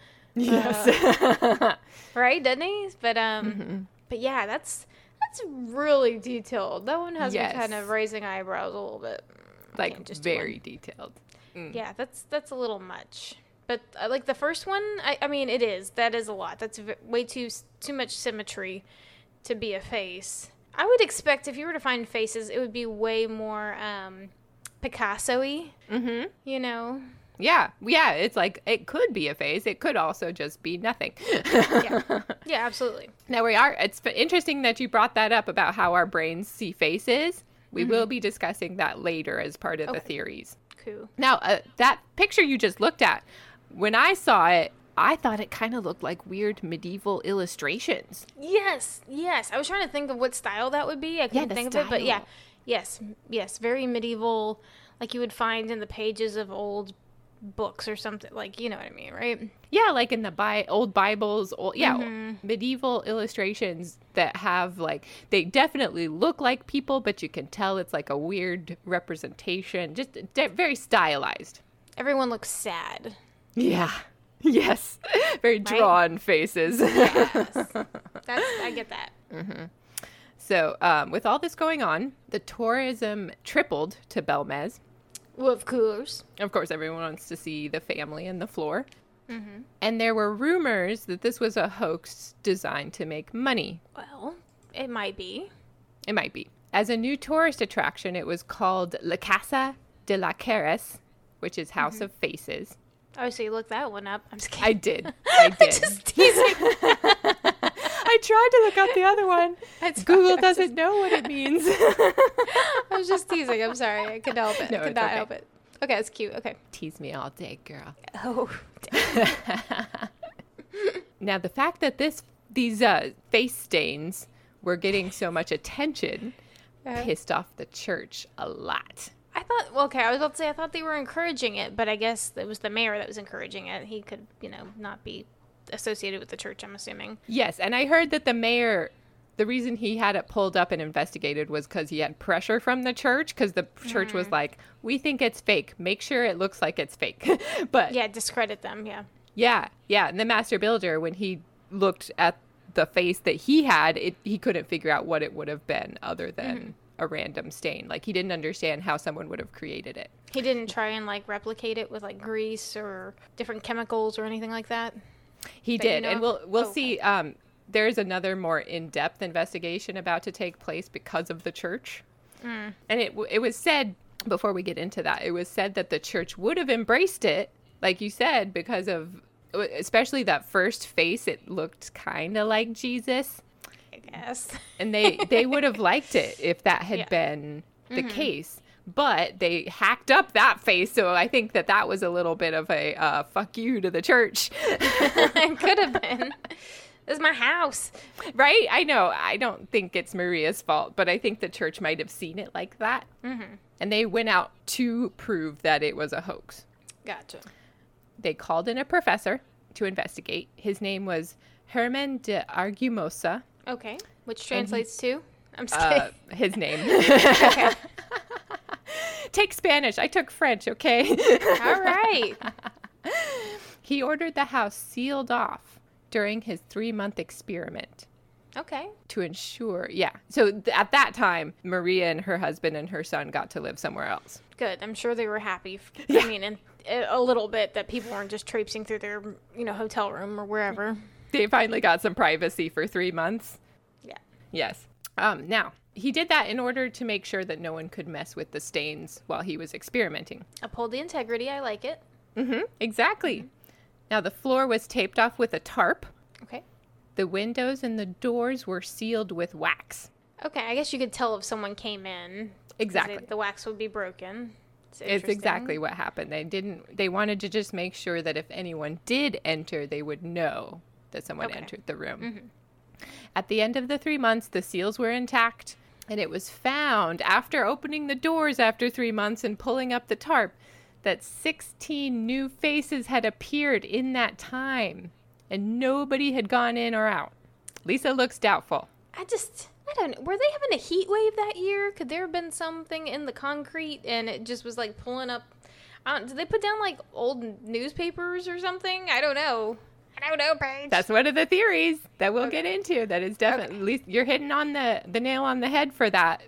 Speaker 2: Yes.
Speaker 3: right doesn't he but um
Speaker 2: Mm-hmm.
Speaker 3: but yeah that's that's really detailed that one has
Speaker 2: Yes.
Speaker 3: me kind of raising eyebrows a little bit
Speaker 2: like
Speaker 3: can't just do one.
Speaker 2: very detailed. Mm.
Speaker 3: yeah that's that's a little much but uh, like the first one i, I mean it is that is a lot that's v- way too s- too much symmetry to be a face i would expect if you were to find faces it would be way more um picasso-y
Speaker 2: Mm-hmm.
Speaker 3: you know
Speaker 2: Yeah. Yeah. It's like it could be a face. It could also just be nothing.
Speaker 3: yeah absolutely
Speaker 2: Now we are. It's f- interesting that you brought that up about how our brains see faces. We will be discussing that later as part of the
Speaker 3: Mm-hmm. Okay.
Speaker 2: theories.
Speaker 3: cool
Speaker 2: Now, uh, that picture you just looked at, when I saw it, I thought it kind of looked like weird medieval illustrations.
Speaker 3: Yes, yes. I was trying to think of what style that would be. I couldn't
Speaker 2: the
Speaker 3: think of it, but yeah,
Speaker 2: style.
Speaker 3: yes, m- yes. Very medieval, like you would find in the pages of old books or something. Like you know what I mean, right?
Speaker 2: Yeah, like in the bi- old Bibles, old, yeah, medieval illustrations that have like they definitely look like people, but you can tell it's like a weird representation, just de- very stylized.
Speaker 3: Everyone looks sad.
Speaker 2: Yeah. Yes. Very drawn faces.
Speaker 3: That's I get that.
Speaker 2: so, um, with all this going on, the tourism tripled to Belmez.
Speaker 3: Well, of course.
Speaker 2: Of course, everyone wants to see the family and the floor. And there were rumors that this was a hoax designed to make money.
Speaker 3: Well, it might be.
Speaker 2: It might be. As a new tourist attraction, it was called La Casa de la Caras, which is House of Faces.
Speaker 3: Oh, so you looked that one up. I'm just
Speaker 2: I
Speaker 3: kidding.
Speaker 2: did. I did.
Speaker 3: just teasing.
Speaker 2: I tried to look up the other one.
Speaker 3: That's
Speaker 2: Google
Speaker 3: fine. I was
Speaker 2: doesn't know what it means.
Speaker 3: just- I was just teasing. I'm sorry. I couldn't help it.
Speaker 2: No,
Speaker 3: I could
Speaker 2: it's
Speaker 3: not
Speaker 2: okay.
Speaker 3: help it. Okay, it's cute. Okay.
Speaker 2: Tease me all day, girl.
Speaker 3: Oh,
Speaker 2: Now the fact that this these uh, face stains were getting so much attention
Speaker 3: Uh.
Speaker 2: pissed off the church a lot.
Speaker 3: I thought, well, okay, I was about to say I thought they were encouraging it, but I guess it was the mayor that was encouraging it. He could, you know, not be associated with the church, I'm assuming.
Speaker 2: Yes, and I heard that the mayor, the reason he had it pulled up and investigated was because he had pressure from the church because the church was like, "We think it's fake. Make sure it looks like it's fake." but
Speaker 3: Yeah, discredit them, yeah.
Speaker 2: yeah, yeah, and the master builder when he looked at the face that he had, it, he couldn't figure out what it would have been other than a random stain. Like he didn't understand how someone would have created it.
Speaker 3: He didn't try and, like, replicate it with, like, grease or different chemicals or anything like that.
Speaker 2: He
Speaker 3: that you
Speaker 2: did,
Speaker 3: know
Speaker 2: and
Speaker 3: of?
Speaker 2: we'll we'll
Speaker 3: Oh, okay.
Speaker 2: see. Um, there's another more in-depth investigation about to take place because of the church,
Speaker 3: Hmm.
Speaker 2: and it w- it was said before we get into that. It was said that the church would have embraced it like you said, because of especially that first face, it looked kind of like Jesus,
Speaker 3: I guess.
Speaker 2: and they they would have liked it if that had
Speaker 3: Yeah. Mm-hmm.
Speaker 2: been the case. But they hacked up that face, so I think that that was a little bit of a uh, fuck you to the church,
Speaker 3: it could have been. This is my house.
Speaker 2: right? I know I don't think it's Maria's fault, but I think the church might have seen it like that, and they went out to prove that it was a hoax.
Speaker 3: Gotcha.
Speaker 2: they called in a professor to investigate. His name was Herman de Argumosa.
Speaker 3: Okay. Which translates to? I'm just
Speaker 2: Uh,
Speaker 3: kidding.
Speaker 2: his name. Take Spanish. I took French, okay?
Speaker 3: All right.
Speaker 2: he ordered the house sealed off during his three month experiment
Speaker 3: Okay.
Speaker 2: to ensure, yeah. So th- at that time, Maria and her husband and her son got to live somewhere else.
Speaker 3: Good. I'm sure they were happy. f- I mean, and eh, a a little bit that people weren't just traipsing through their, you know, hotel room or wherever.
Speaker 2: They finally got some privacy for three months.
Speaker 3: Yeah.
Speaker 2: Yes. Um, now, he did that in order to make sure that no one could mess with the stains while he was experimenting.
Speaker 3: Uphold the integrity. I like it.
Speaker 2: Exactly. Now, the floor was taped off with a tarp.
Speaker 3: Okay.
Speaker 2: The windows and the doors were sealed with wax.
Speaker 3: Okay. I guess you could tell if someone came in. 'cause they-
Speaker 2: Exactly.
Speaker 3: the wax would be broken. It's,
Speaker 2: It's
Speaker 3: interesting.
Speaker 2: exactly what happened. They didn't they wanted to just make sure that if anyone did enter, they would know that someone
Speaker 3: Okay. Mm-hmm.
Speaker 2: entered the room. At the end of the 3 months, the seals were intact, and it was found after opening the doors after 3 months and pulling up the tarp that 16 new faces had appeared in that time, and nobody had gone in or out. Lisa looks doubtful.
Speaker 3: I just, I don't know. Were they having a heat wave that year? Could there have been something in the concrete and it just was like pulling up? I don't, did they put down like old newspapers or something? I don't know. I don't know, Paige.
Speaker 2: That's one of the theories that we'll get into. That is definitely you're hitting on the the nail on the head for that.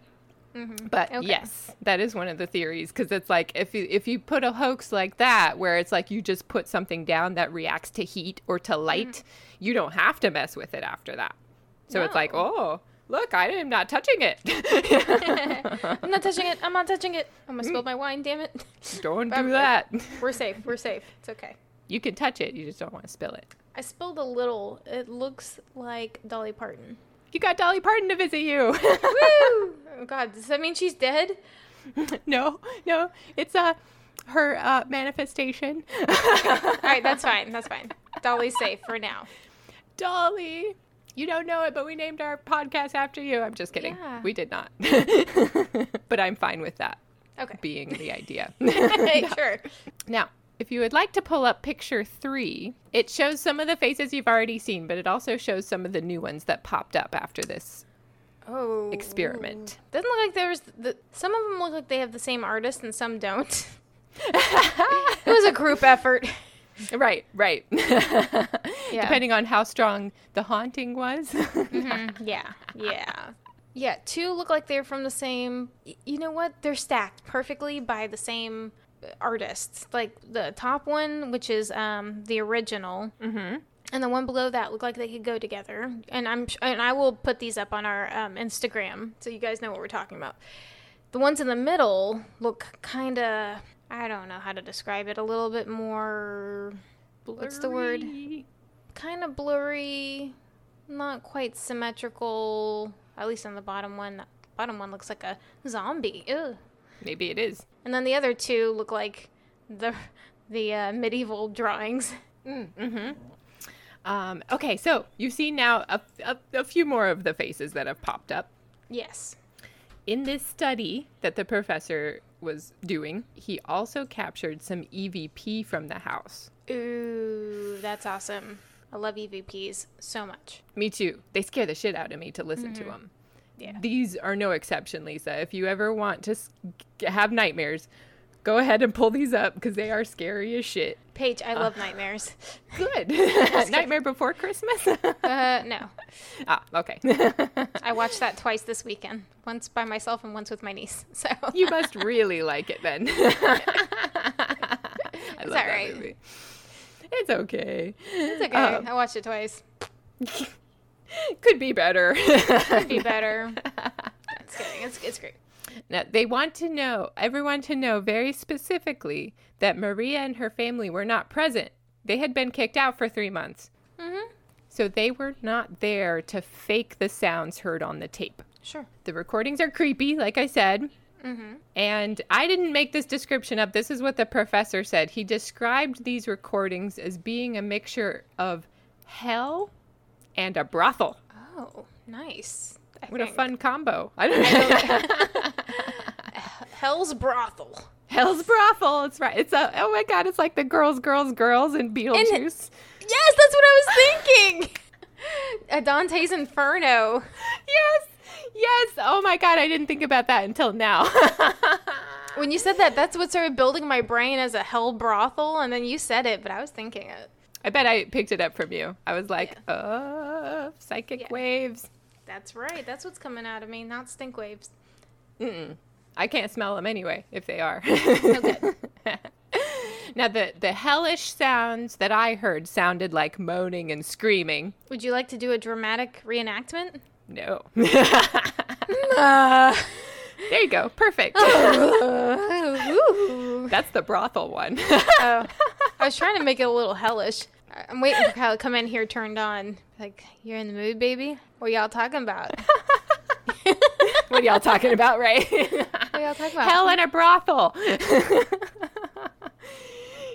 Speaker 2: But
Speaker 3: Mm-hmm. Okay.
Speaker 2: yes, that is one of the theories because it's like if you, if you put a hoax like that, where it's like you just put something down that reacts to heat or to light, you don't have to mess with it after that. So it's like,
Speaker 3: Mm-hmm. No.
Speaker 2: oh, look, I am not touching it.
Speaker 3: I'm not touching it. I'm not touching it. I almost spilled my wine. Damn it.
Speaker 2: don't
Speaker 3: But
Speaker 2: do that.
Speaker 3: We're safe. We're safe. It's okay.
Speaker 2: You can touch it, you just don't want to spill it.
Speaker 3: I spilled a little. It looks like Dolly Parton.
Speaker 2: You got Dolly Parton to visit you.
Speaker 3: Woo! Oh, God, does that mean she's dead?
Speaker 2: no, no, it's uh, her uh, manifestation.
Speaker 3: All right, that's fine. That's fine. Dolly's safe for now.
Speaker 2: Dolly, you don't know it, but we named our podcast after you. I'm just kidding.
Speaker 3: Yeah.
Speaker 2: We did not. but I'm fine with that
Speaker 3: Okay.
Speaker 2: being the idea.
Speaker 3: sure.
Speaker 2: now, if you would like to pull up picture three, it shows some of the faces you've already seen, but it also shows some of the new ones that popped up after this
Speaker 3: Oh.
Speaker 2: experiment.
Speaker 3: Doesn't look like there's the, some of them look like they have the same artist and some don't. It was a group effort.
Speaker 2: right, right. Depending on how strong the haunting was.
Speaker 3: Yeah. Yeah. Yeah, two look like they're from the same. y- You know what? They're stacked perfectly by the same uh, artists. Like the top one, which is um, the original, mm-hmm. and the one below that look like they could go together. And I'm sh- and I will put these up on our um, Instagram so you guys know what we're talking about. The ones in the middle look kind of. I don't know how to describe it. A little bit more What's the word?
Speaker 2: Blurry.
Speaker 3: kind of blurry, not quite symmetrical. At least on the bottom one, bottom one looks like a zombie. Ew.
Speaker 2: Maybe it is.
Speaker 3: And then the other two look like the the uh, medieval drawings.
Speaker 2: Um, okay, so you've seen now a, a, a few more of the faces that have popped up.
Speaker 3: Yes.
Speaker 2: In this study that the professor was doing, he also captured some EVP from the house.
Speaker 3: Ooh, that's awesome. I love EVPs so much.
Speaker 2: Me too. They scare the shit out of me to listen to 'em. to them.
Speaker 3: Yeah.
Speaker 2: These are no exception, Lisa. If you ever want to s- g- have nightmares, go ahead and pull these up because they are scary as shit.
Speaker 3: Paige, I
Speaker 2: Uh.
Speaker 3: love nightmares.
Speaker 2: Good. Nightmare before Christmas?
Speaker 3: Uh, no,
Speaker 2: ah, okay.
Speaker 3: I watched that twice this weekend. Once by myself and once with my niece. So
Speaker 2: You must really like it then. I love that
Speaker 3: alright.
Speaker 2: movie. It's okay.
Speaker 3: it's okay.
Speaker 2: um,
Speaker 3: I watched it twice.
Speaker 2: Could be better.
Speaker 3: Could be better. It's kidding. It's it's great.
Speaker 2: Now, they want to know, everyone to know very specifically that Maria and her family were not present. They had been kicked out for three months. Mm-hmm. So they were not there to fake the sounds heard on the tape.
Speaker 3: Sure.
Speaker 2: The recordings are creepy, like I said. Mm-hmm. And I didn't make this description up. This is what the professor said. He described these recordings as being a mixture of hell and a brothel.
Speaker 3: Oh, nice. I
Speaker 2: What a
Speaker 3: think.
Speaker 2: fun combo. I don't know.
Speaker 3: Hell's brothel.
Speaker 2: Hell's brothel. It's right. It's a oh my god, it's like the girls, girls, girls in Beetlejuice.
Speaker 3: Yes, that's what I was thinking. A Dante's Inferno.
Speaker 2: yes. Yes. Oh my god, I didn't think about that until now.
Speaker 3: When you said that, that's what started building my brain as a hell brothel, and then you said it, but I was thinking it.
Speaker 2: I bet I picked it up from you. I was like, oh, psychic
Speaker 3: Yeah.
Speaker 2: waves.
Speaker 3: That's right. That's what's coming out of me, not stink waves.
Speaker 2: I can't smell them anyway if they are.
Speaker 3: good.
Speaker 2: now the the hellish sounds that I heard sounded like moaning and screaming.
Speaker 3: Would you like to do a dramatic reenactment?
Speaker 2: No. there you go. Perfect.
Speaker 3: Ooh.
Speaker 2: That's the brothel one.
Speaker 3: Oh, I was trying to make it a little hellish. I- I'm waiting for Kyle to come in here turned on. Like, you're in the mood, baby? What y'all talking about?
Speaker 2: what are y'all talking about, right?
Speaker 3: What y'all talking about?
Speaker 2: Hell in a brothel.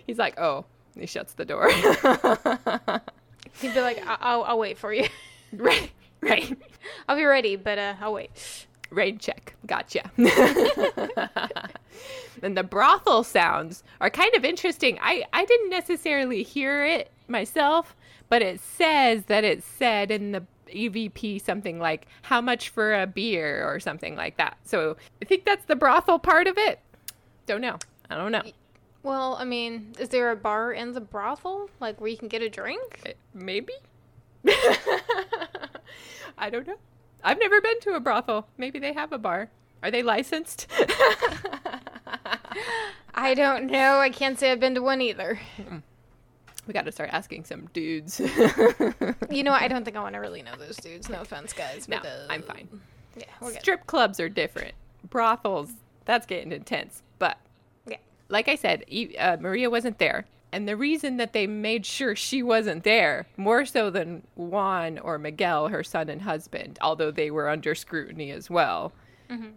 Speaker 2: He's like, oh, he shuts the door.
Speaker 3: He'd be like, I- I'll-, I'll wait for you.
Speaker 2: right, right.
Speaker 3: I'll be ready, but uh, I'll wait.
Speaker 2: Rain check. Gotcha. and the brothel sounds are kind of interesting. I, I didn't necessarily hear it myself, but it says that it said in the EVP something like, how much for a beer or something like that. So I think that's the brothel part of it. Don't know. I don't know.
Speaker 3: Well, I mean, is there a bar in the brothel? Like, where you can get a drink?
Speaker 2: Eh, Maybe? I don't know. I've never been to a brothel. Maybe they have a bar. Are they licensed?
Speaker 3: I don't know. I can't say I've been to one either.
Speaker 2: We got to start asking some dudes.
Speaker 3: You know, what? I don't think I want to really know those dudes. No offense, guys.
Speaker 2: no,
Speaker 3: but, uh,
Speaker 2: I'm fine.
Speaker 3: Yeah, we're good.
Speaker 2: Strip clubs are different. Brothels, that's getting intense. But
Speaker 3: Yeah.
Speaker 2: like I said, e- uh, Maria wasn't there. And the reason that they made sure she wasn't there, more so than Juan or Miguel, her son and husband, although they were under scrutiny as well,
Speaker 3: Mm-hmm.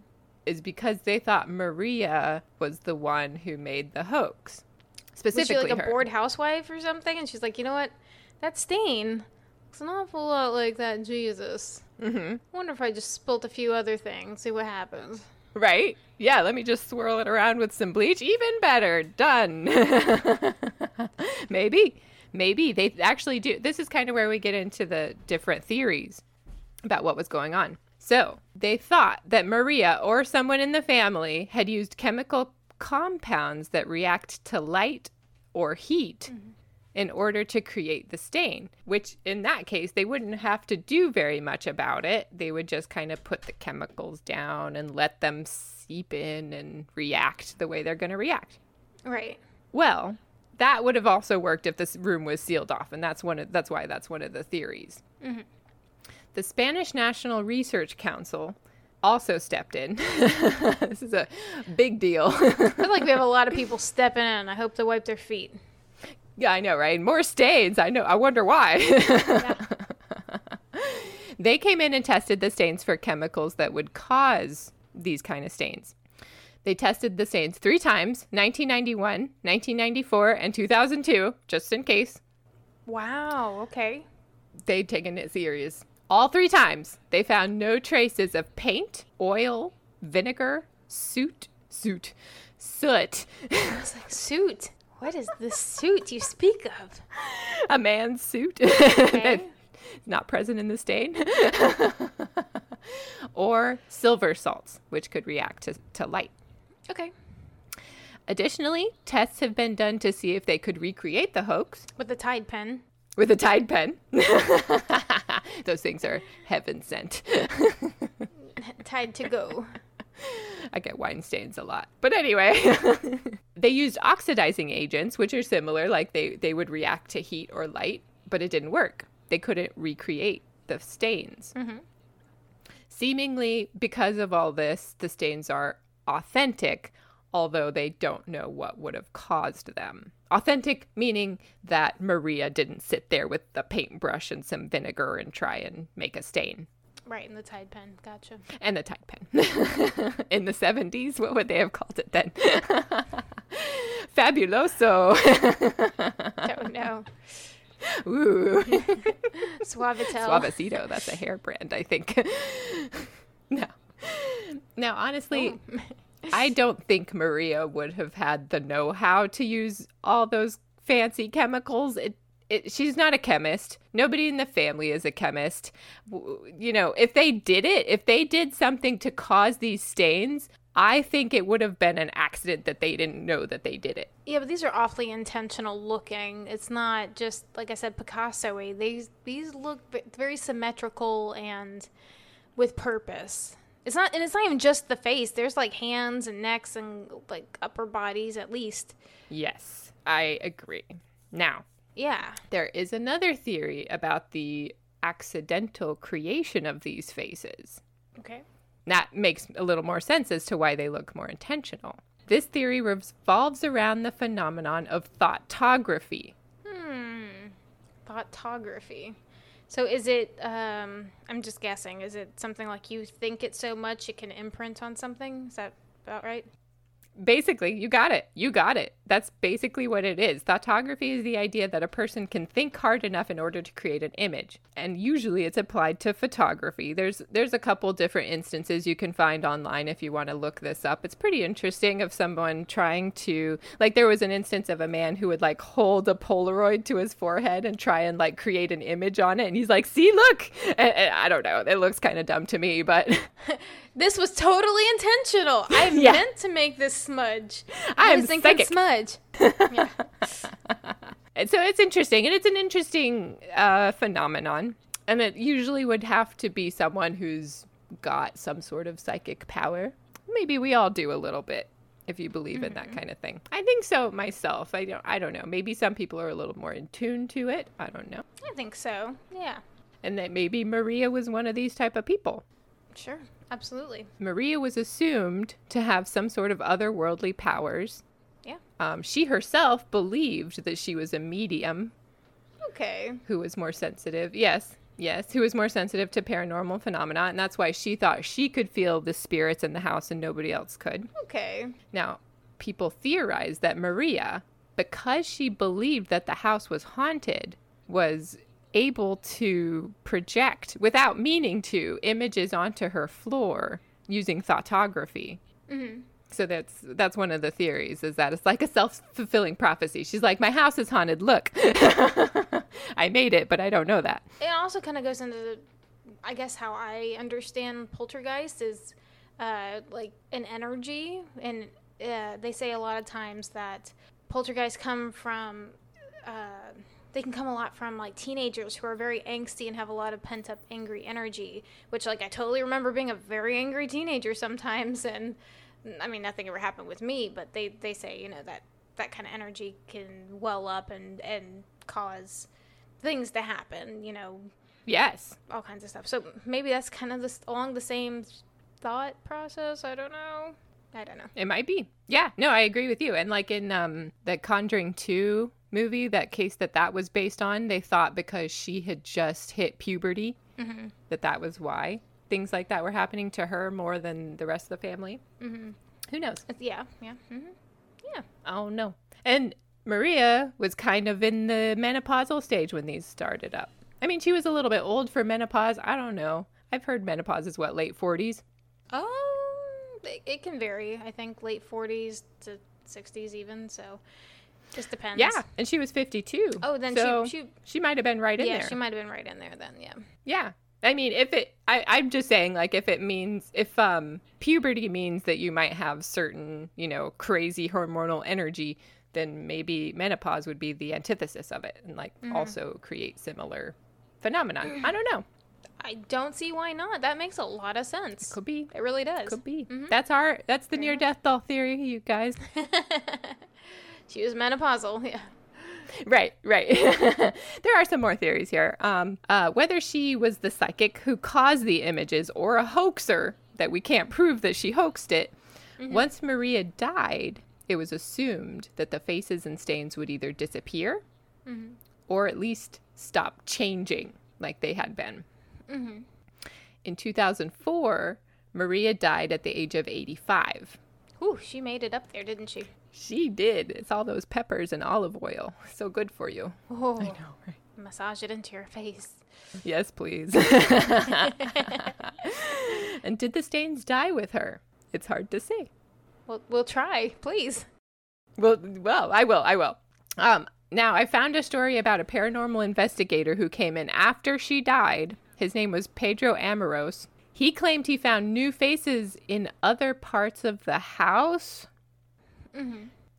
Speaker 2: is because they thought Maria was the one who made the hoax.
Speaker 3: Was she
Speaker 2: Specifically,
Speaker 3: like a
Speaker 2: her.
Speaker 3: bored housewife or something? And she's like, you know what? That stain looks an awful lot like that Jesus. Mm-hmm. Wonder if I just spilt a few other things. See what happens.
Speaker 2: Right? Yeah, let me just swirl it around with some bleach. Even better. Done. maybe. Maybe they actually do. This is kind of where we get into the different theories about what was going on. So they thought that Maria or someone in the family had used chemical compounds that react to light or heat in order to create the stain, which in that case, they wouldn't have to do very much about it. They would just kind of put the chemicals down and let them seep in and react the way they're going to react.
Speaker 3: Right.
Speaker 2: Well, that would have also worked if this room was sealed off, and that's one. Of, that's why that's one of the theories. The Spanish National Research Council also stepped in. this is a big deal.
Speaker 3: I feel like we have a lot of people stepping in. I hope they wipe their feet.
Speaker 2: Yeah, I know, right? More stains. I know. I wonder why. they came in and tested the stains for chemicals that would cause these kind of stains. They tested the stains three times 1991, 1994, and 2002, just in case.
Speaker 3: Wow. Okay.
Speaker 2: They'd taken it serious. All three times, they found no traces of paint, oil, vinegar, soot, soot, soot,
Speaker 3: I was like, suit. What is this suit you speak of?
Speaker 2: a man's suit that's not present in the stain, or silver salts, which could react to, to light.
Speaker 3: Okay.
Speaker 2: Additionally, tests have been done to see if they could recreate the hoax
Speaker 3: With the Tide pen.
Speaker 2: with a Tide pen. Those things are heaven sent.
Speaker 3: Tide to go.
Speaker 2: I get wine stains a lot. But anyway, they used oxidizing agents, which are similar, like they, they would react to heat or light, but it didn't work. They couldn't recreate the stains. Seemingly, because of all this, the stains are authentic, although they don't know what would have caused them. Authentic meaning that Maria didn't sit there with the paintbrush and some vinegar and try and make a stain.
Speaker 3: Right, in the Tide Pen. Gotcha.
Speaker 2: And the Tide Pen. In the 70s, what would they have called it then? Fabuloso.
Speaker 3: Don't know.
Speaker 2: Ooh.
Speaker 3: Suavitel.
Speaker 2: Suavecito, that's a hair brand, I think. no. Now, honestly, I don't think Maria would have had the know how to use all those fancy chemicals. It, it, she's not a chemist. Nobody in the family is a chemist. W- You know, if they did it, if they did something to cause these stains, I think it would have been an accident that they didn't know that they did it.
Speaker 3: Yeah, but these are awfully intentional looking. It's not just like I said, Picasso y. These these look v- very symmetrical and with purpose. It's not, and it's not even just the face. There's like hands and necks and like upper bodies at least.
Speaker 2: Yes, I agree. Now,
Speaker 3: Yeah,
Speaker 2: There is another theory about the accidental creation of these faces.
Speaker 3: okay,
Speaker 2: That makes a little more sense as to why they look more intentional. This theory revolves around the phenomenon of thoughtography.
Speaker 3: photography. So is it? Um, I'm just guessing. Is it something like you think it so much it can imprint on something? Is that about right?
Speaker 2: Basically, you got it. You got it. That's basically what it is. Thoughtography is the idea that a person can think hard enough in order to create an image. And usually it's applied to photography. There's there's a couple different instances you can find online if you want to look this up. It's pretty interesting of someone trying to like there was an instance of a man who would like hold a Polaroid to his forehead and try and like create an image on it and he's like, "See, look." And, and I don't know. It looks kind of dumb to me, but
Speaker 3: This was totally intentional. I
Speaker 2: Yeah.
Speaker 3: meant to make this smudge.
Speaker 2: I'm
Speaker 3: was thinking
Speaker 2: psychic.
Speaker 3: smudge.
Speaker 2: And so it's interesting, and it's an interesting uh, phenomenon. And it usually would have to be someone who's got some sort of psychic power. Maybe we all do a little bit, if you believe in that kind of thing. I think so myself. I don't. I don't know. Maybe some people are a little more in tune to it. I don't know.
Speaker 3: I think so. Yeah,
Speaker 2: And that maybe Maria was one of these type of people.
Speaker 3: sure, absolutely.
Speaker 2: Maria was assumed to have some sort of otherworldly powers.
Speaker 3: Yeah.
Speaker 2: Um, she herself believed that she was a medium
Speaker 3: Okay.
Speaker 2: who was more sensitive. Yes, yes, who was more sensitive to paranormal phenomena, and that's why she thought she could feel the spirits in the house and nobody else could.
Speaker 3: Okay.
Speaker 2: Now, people theorize that Maria, because she believed that the house was haunted, was able to project without meaning to images onto her floor using thoughtography. So that's that's one of the theories is that it's like a self-fulfilling prophecy. She's like, "My house is haunted. Look. I made it, but I don't know that."
Speaker 3: It also kind of goes into, the, I guess, how I understand poltergeist is uh, like an energy, and uh, they say a lot of times that poltergeists come from. Uh, they can come a lot from like teenagers who are very angsty and have a lot of pent up angry energy, which like I totally remember being a very angry teenager sometimes, and I mean nothing ever happened with me, but they they say you know that that kind of energy can well up and and cause things to happen, you know,
Speaker 2: Yes.
Speaker 3: all kinds of stuff. So maybe that's kind of this, along the same thought process. I don't know. I don't know.
Speaker 2: It might be. Yeah, no, I agree with you. And like in um the Conjuring 2 movie, that case that that was based on, they thought because she had just hit puberty
Speaker 3: Mm-hmm.
Speaker 2: that that was why things like that were happening to her more than the rest of the family.
Speaker 3: Mm-hmm.
Speaker 2: Who knows?
Speaker 3: It's- Yeah, yeah. hmm
Speaker 2: Oh no. And Maria was kind of in the menopausal stage when these started up. I mean, she was a little bit old for menopause. I don't know. I've heard menopause is what late 40s.
Speaker 3: Oh, it, it can vary. I think late forties to sixties, even. So just depends.
Speaker 2: Yeah, and she was 52.
Speaker 3: Oh, then she-
Speaker 2: So
Speaker 3: she-
Speaker 2: she might have been right in
Speaker 3: yeah.
Speaker 2: there.
Speaker 3: She might have been right in there then. Yeah.
Speaker 2: Yeah. I mean, if it, I, I'm just saying, like, if it means, if um, puberty means that you might have certain, you know, crazy hormonal energy, then maybe menopause would be the antithesis of it and, like, also create similar phenomenon. I don't know.
Speaker 3: I don't see why not. That makes a lot of sense.
Speaker 2: Could be.
Speaker 3: It really does.
Speaker 2: Could be. That's our, that's the near death doll theory, you guys.
Speaker 3: she was menopausal. Yeah.
Speaker 2: Right, right. there are some more theories here. Um, uh, whether she was the psychic who caused the images or a hoaxer that we can't prove that she hoaxed it. Once Maria died, it was assumed that the faces and stains would either disappear or at least stop changing like they had been. In 2004, Maria died at the age of 85.
Speaker 3: Ooh, she made it up there, didn't she?
Speaker 2: She did. It's all those peppers and olive oil. So good for you.
Speaker 3: Oh,
Speaker 2: know, right?
Speaker 3: massage it into your face.
Speaker 2: Yes, please. and did the stains die with her? It's hard to say.
Speaker 3: We'll, we'll try, please.
Speaker 2: Well, well, I will. I will. Um, now I found a story about a paranormal investigator who came in after she died. His name was Pedro Amoros. He claimed he found new faces in other parts of the house.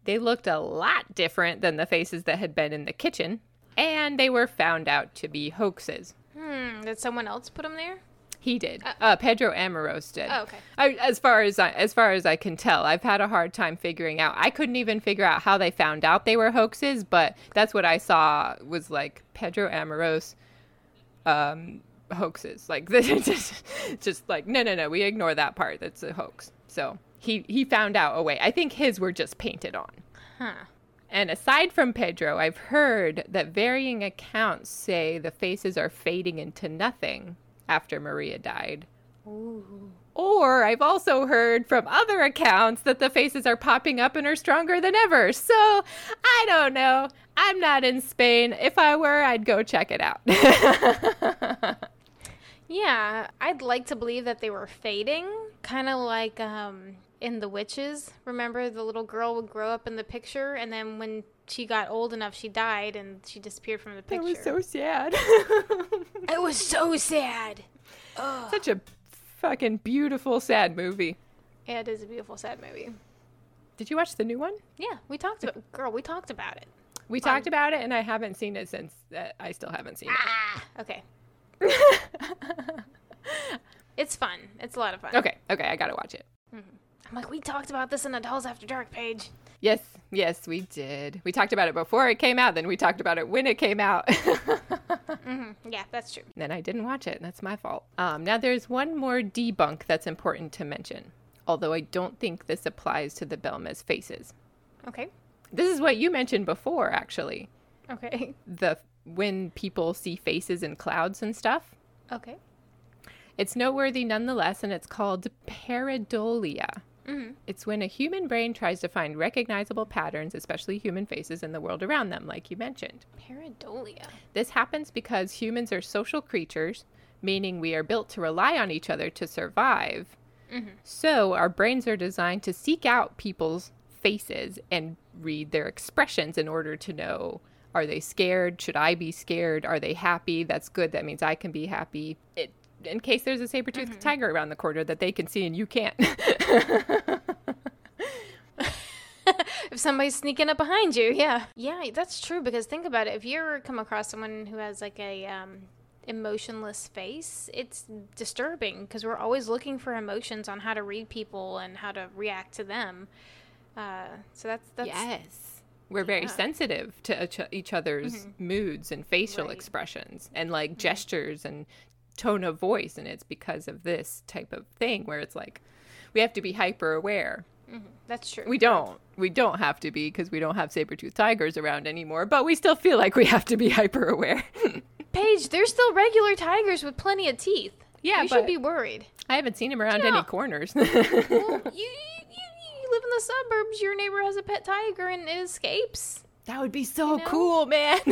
Speaker 2: They looked a lot different than the faces that had been in the kitchen, and they were found out to be hoaxes.
Speaker 3: Hmm, did someone else put him there?
Speaker 2: He did. Uh, Pedro Amoros did.
Speaker 3: Oh, okay.
Speaker 2: I, as far as I, as far as I can tell, I've had a hard time figuring out. I couldn't even figure out how they found out they were hoaxes, but that's what I saw was like Pedro Amoros um, hoaxes. Like just, just like no, no, no. We ignore that part. That's a hoax. So he he found out a way. I think his were just painted on.
Speaker 3: Huh.
Speaker 2: And aside from Pedro, I've heard that varying accounts say the faces are fading into nothing after Maria died.
Speaker 3: Ooh.
Speaker 2: Or I've also heard from other accounts that the faces are popping up and are stronger than ever. So I don't know. I'm not in Spain. If I were, I'd go check it out.
Speaker 3: Yeah, I'd like to believe that they were fading, kind of like um, in The Witches. Remember, the little girl would grow up in the picture, and then when she got old enough, she died and she disappeared from the
Speaker 2: That
Speaker 3: picture.
Speaker 2: was so sad.
Speaker 3: it was so sad.
Speaker 2: Such a fucking beautiful, sad movie.
Speaker 3: Yeah, it is a beautiful, sad movie.
Speaker 2: Did you watch the new one?
Speaker 3: Yeah, we talked about girl. We talked about it.
Speaker 2: We talked about it, and I haven't seen it since. Uh, I still haven't seen it.
Speaker 3: Ah, okay. it's fun. It's a lot of fun.
Speaker 2: Okay, okay, I gotta watch it.
Speaker 3: I'm like, we talked about this in Adults After Dark page.
Speaker 2: Yes, yes, we did. We talked about it before it came out, then we talked about it when it came out.
Speaker 3: Yeah, that's true.
Speaker 2: then I didn't watch it, and that's my fault. Um, now, there's one more debunk that's important to mention, although I don't think this applies to the Belmas faces.
Speaker 3: Okay.
Speaker 2: This is what you mentioned before, actually.
Speaker 3: Okay.
Speaker 2: The when people see faces in clouds and stuff.
Speaker 3: Okay.
Speaker 2: It's noteworthy nonetheless, and it's called pareidolia. It's when a human brain tries to find recognizable patterns, especially human faces, in the world around them, like you mentioned.
Speaker 3: Pareidolia.
Speaker 2: This happens because humans are social creatures, meaning we are built to rely on each other to survive. So our brains are designed to seek out people's faces and read their expressions in order to know are they scared? Should I be scared? Are they happy? That's good. That means I can be happy. It, in case there's a saber toothed tiger around the corner that they can see and you can't.
Speaker 3: if somebody's sneaking up behind you, yeah. Yeah, that's true because think about it. If you ever come across someone who has like a um, emotionless face, it's disturbing because we're always looking for emotions on how to read people and how to react to them. Uh, so that's that's
Speaker 2: Yes. We're very sensitive to each, each other's moods and facial
Speaker 3: Mm-hmm. Right. Mm-hmm.
Speaker 2: expressions and like gestures and tone of voice. And it's because of this type of thing where it's like we have to be hyper aware.
Speaker 3: that's true.
Speaker 2: We don't. We don't have to be because we don't have saber toothed tigers around anymore, but we still feel like we have to be hyper aware.
Speaker 3: Paige, they're still regular tigers with plenty of teeth.
Speaker 2: Yeah,
Speaker 3: you
Speaker 2: but-
Speaker 3: should be worried.
Speaker 2: I haven't seen him around
Speaker 3: Yeah.
Speaker 2: any corners.
Speaker 3: well, you, you you you live in the suburbs. Your neighbor has a pet tiger and it escapes.
Speaker 2: that would be so
Speaker 3: know?
Speaker 2: cool, man.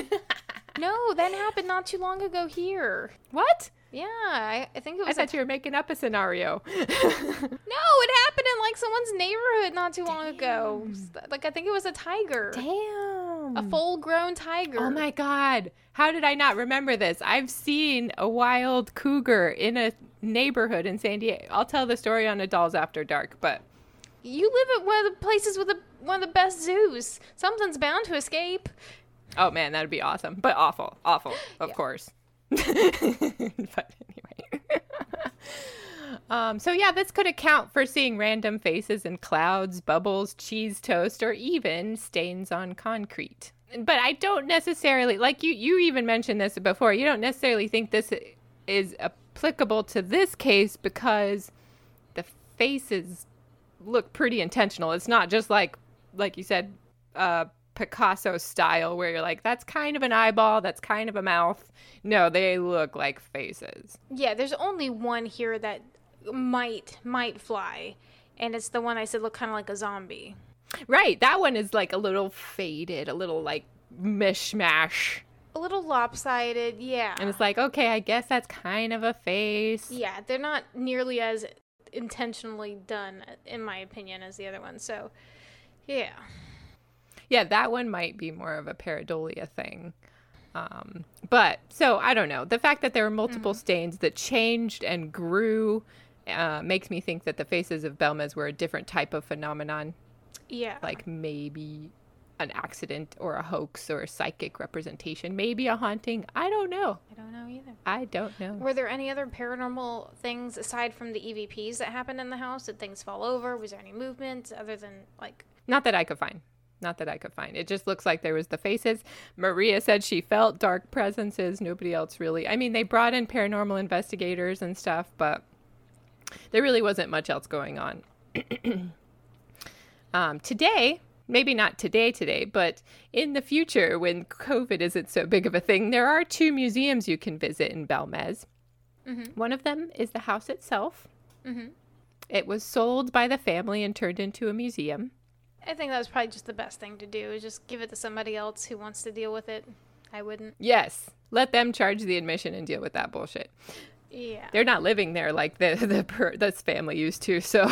Speaker 3: No, that happened not too long ago here.
Speaker 2: what?
Speaker 3: Yeah, I, I think it was.
Speaker 2: I
Speaker 3: a-
Speaker 2: thought you were making up a scenario.
Speaker 3: No, it happened in like someone's neighborhood not too long ago. S- Like I think it was a tiger,
Speaker 2: Damn.
Speaker 3: a full-grown tiger.
Speaker 2: Oh my god. How did I not remember this? I've seen a wild cougar in a neighborhood in San Diego. I'll tell the story on a Dolls After Dark, but
Speaker 3: You live at one of the places with the, one of the best zoos. Something's bound to escape.
Speaker 2: oh man, that'd be awesome. But awful. Awful, of
Speaker 3: Yeah.
Speaker 2: course. but anyway. um, so yeah, this could account for seeing random faces in clouds, bubbles, cheese toast, or even stains on concrete. but I don't necessarily like you. You even mentioned this before. You don't necessarily think this is applicable to this case because the faces look pretty intentional. It's not just like, like you said, uh, Picasso style where you're like, that's kind of an eyeball, that's kind of a mouth. No, they look like faces.
Speaker 3: Yeah, there's only one here that might might fly, and it's the one I said looked kind of like a zombie.
Speaker 2: Right, that one is like a little faded, a little like mishmash.
Speaker 3: A little lopsided, yeah.
Speaker 2: And it's like, okay, I guess that's kind of a face.
Speaker 3: yeah, they're not nearly as intentionally done, in my opinion, as the other one. So, yeah.
Speaker 2: Yeah, that one might be more of a pareidolia thing. Um, but so I don't know. The fact that there were multiple stains that changed and grew uh, makes me think that the faces of Belmes were a different type of phenomenon,
Speaker 3: Yeah.
Speaker 2: like maybe an accident or a hoax or a psychic representation, maybe a haunting. I don't know.
Speaker 3: I don't know either.
Speaker 2: I don't know.
Speaker 3: Were there any other paranormal things aside from the EVPs that happened in the house? Did things fall over? Was there any movement other than like
Speaker 2: Not that I could find. Not that I could find. It just looks like there was the faces. Maria said she felt dark presences. Nobody else really. I mean, they brought in paranormal investigators and stuff, but there really wasn't much else going on. um, today, maybe not today, today, but in the future, when COVID isn't so big of a thing, there are two museums you can visit in Belmez. One of them is the house itself. It was sold by the family and turned into a museum.
Speaker 3: I think that was probably just the best thing to do is just give it to somebody else who wants to deal with it. I wouldn't.
Speaker 2: Yes. Let them charge the admission and deal with that bullshit.
Speaker 3: Yeah.
Speaker 2: They're not living there like the the per, this family used to. So,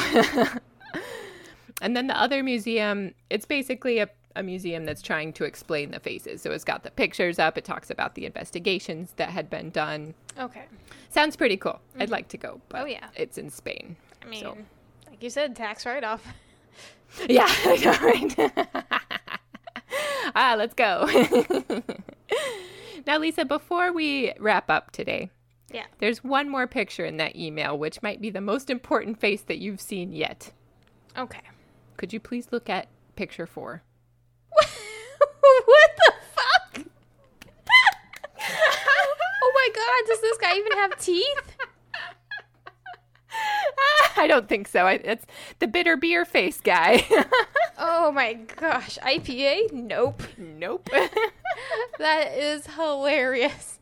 Speaker 2: and then the other museum, it's basically a, a museum that's trying to explain the faces. So it's got the pictures up. It talks about the investigations that had been done.
Speaker 3: Okay.
Speaker 2: Sounds pretty cool. I'd like to go, but
Speaker 3: Oh, yeah.
Speaker 2: it's in Spain.
Speaker 3: I mean, like you said, tax write off.
Speaker 2: Yeah, I know, right? ah, let's go. now, Lisa, before we wrap up today,
Speaker 3: Yeah.
Speaker 2: There's one more picture in that email, which might be the most important face that you've seen yet.
Speaker 3: Okay.
Speaker 2: Could you please look at picture four?
Speaker 3: what the fuck? oh my god, does this guy even have teeth?
Speaker 2: I don't think so. I, it's the bitter beer face guy.
Speaker 3: Oh my gosh, IPA? Nope.
Speaker 2: nope.
Speaker 3: That is hilarious.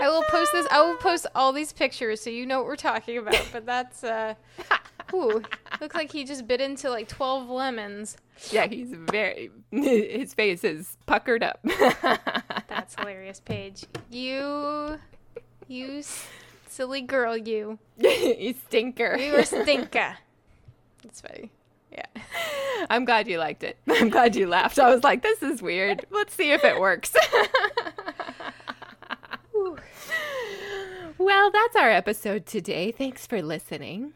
Speaker 3: I will post this. I will post all these pictures so you know what we're talking about. But that's uh, ooh, looks like he just bit into like twelve lemons.
Speaker 2: yeah, he's very. His face is puckered up.
Speaker 3: That's hilarious, Paige. You, you, s- silly girl, you.
Speaker 2: you stinker.
Speaker 3: You are stinker. That's funny. Yeah.
Speaker 2: I'm glad you liked it. I'm glad you laughed. I was like, this is weird. Let's see if it works.
Speaker 3: Ooh.
Speaker 2: Well, that's our episode today. Thanks for listening.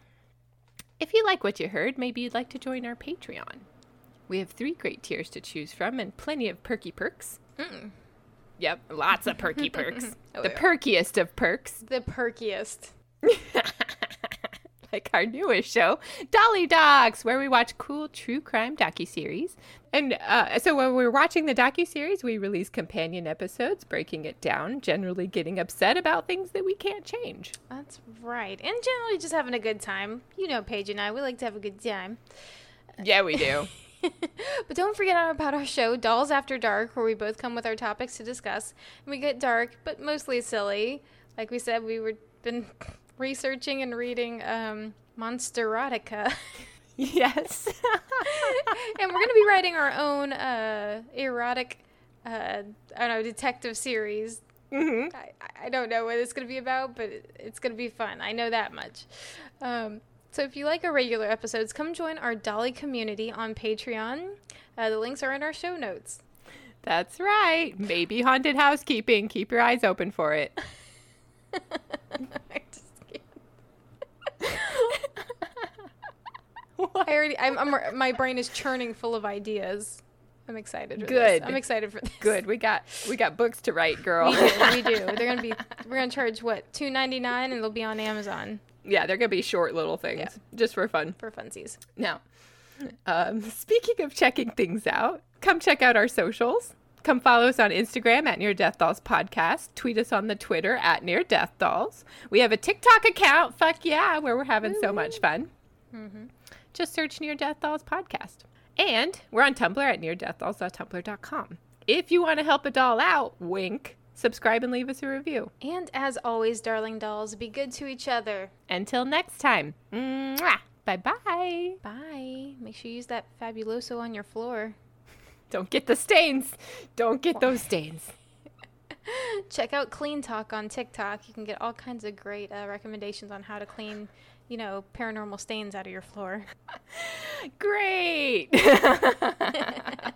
Speaker 2: If you like what you heard, maybe you'd like to join our Patreon. We have three great tiers to choose from and plenty of perky perks. Yep, lots of perky perks. the perkiest of perks,
Speaker 3: The perkiest.
Speaker 2: like our newest show, Dolly Docs, where we watch cool true crime docuseries. And uh, so when we're watching the docuseries, we release companion episodes, breaking it down, generally getting upset about things that we can't change.
Speaker 3: That's right. And generally just having a good time. You know, Paige and I, we like to have a good time.
Speaker 2: Yeah, we do.
Speaker 3: But don't forget our- about our show, Dolls After Dark, where we both come with our topics to discuss. And we get dark, but mostly silly. Like we said, we were been researching and reading um, Monsterotica.
Speaker 2: Yes.
Speaker 3: and we're going to be writing our own uh, erotic, uh, I don't know, detective series. Mm-hmm. I, I don't know what it's going to be about, but it, it's going to be fun. I know that much. Um, so if you like our regular episodes, come join our Dolly community on Patreon. Uh, the links are in our show notes.
Speaker 2: That's right. Maybe haunted housekeeping. Keep your eyes open for it.
Speaker 3: I just can't. I already, I'm, I'm, my brain is churning full of ideas. I'm excited. For this.
Speaker 2: Good.
Speaker 3: I'm excited for this.
Speaker 2: Good. We got we got books to write, girl.
Speaker 3: We do. We do. They're gonna be. We're gonna charge what two ninety nine, and they'll be on Amazon
Speaker 2: yeah, they're gonna be short little things just for fun.
Speaker 3: for funsies.
Speaker 2: Now, Um, speaking of checking things out, come check out our socials. Come follow us on Instagram at Near Death Dolls Podcast. Tweet us on the Twitter at Near Death Dolls. We have a TikTok account, fuck yeah, where we're having so much fun. Just search Near Death Dolls Podcast. And we're on Tumblr at neardeathdoll.tumblr.com. If you want to help a doll out, wink, subscribe and leave us a review.
Speaker 3: And as always, darling dolls, be good to each other.
Speaker 2: Until next time, mwah, bye bye.
Speaker 3: Bye. Make sure you use that fabuloso on your floor.
Speaker 2: Don't get the stains. Don't get those stains.
Speaker 3: Check out Clean Talk on TikTok. You can get all kinds of great uh, recommendations on how to clean, you know, paranormal stains out of your floor.
Speaker 2: Great.
Speaker 3: A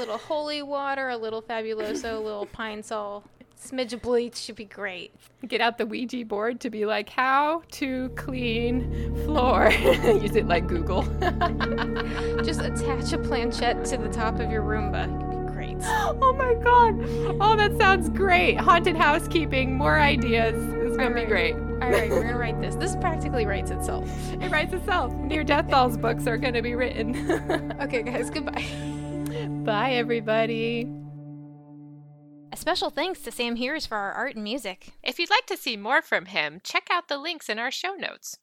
Speaker 3: little holy water, a little fabuloso, a little pine sol, smidge of bleach should be great.
Speaker 2: get out the Ouija board to be like, how to clean floor. Use it like Google.
Speaker 3: Just attach a planchette to the top of your Roomba. It'd be great.
Speaker 2: oh my God. Oh, that sounds great. Haunted housekeeping, more ideas. This is going to be great.
Speaker 3: All right, we're gonna write this. This practically writes itself.
Speaker 2: It writes itself. Near Death Dolls books are going to be written.
Speaker 3: Okay, guys, goodbye.
Speaker 2: Bye, everybody.
Speaker 3: A special thanks to Sam Hears for our art and music.
Speaker 2: If you'd like to see more from him, check out the links in our show notes.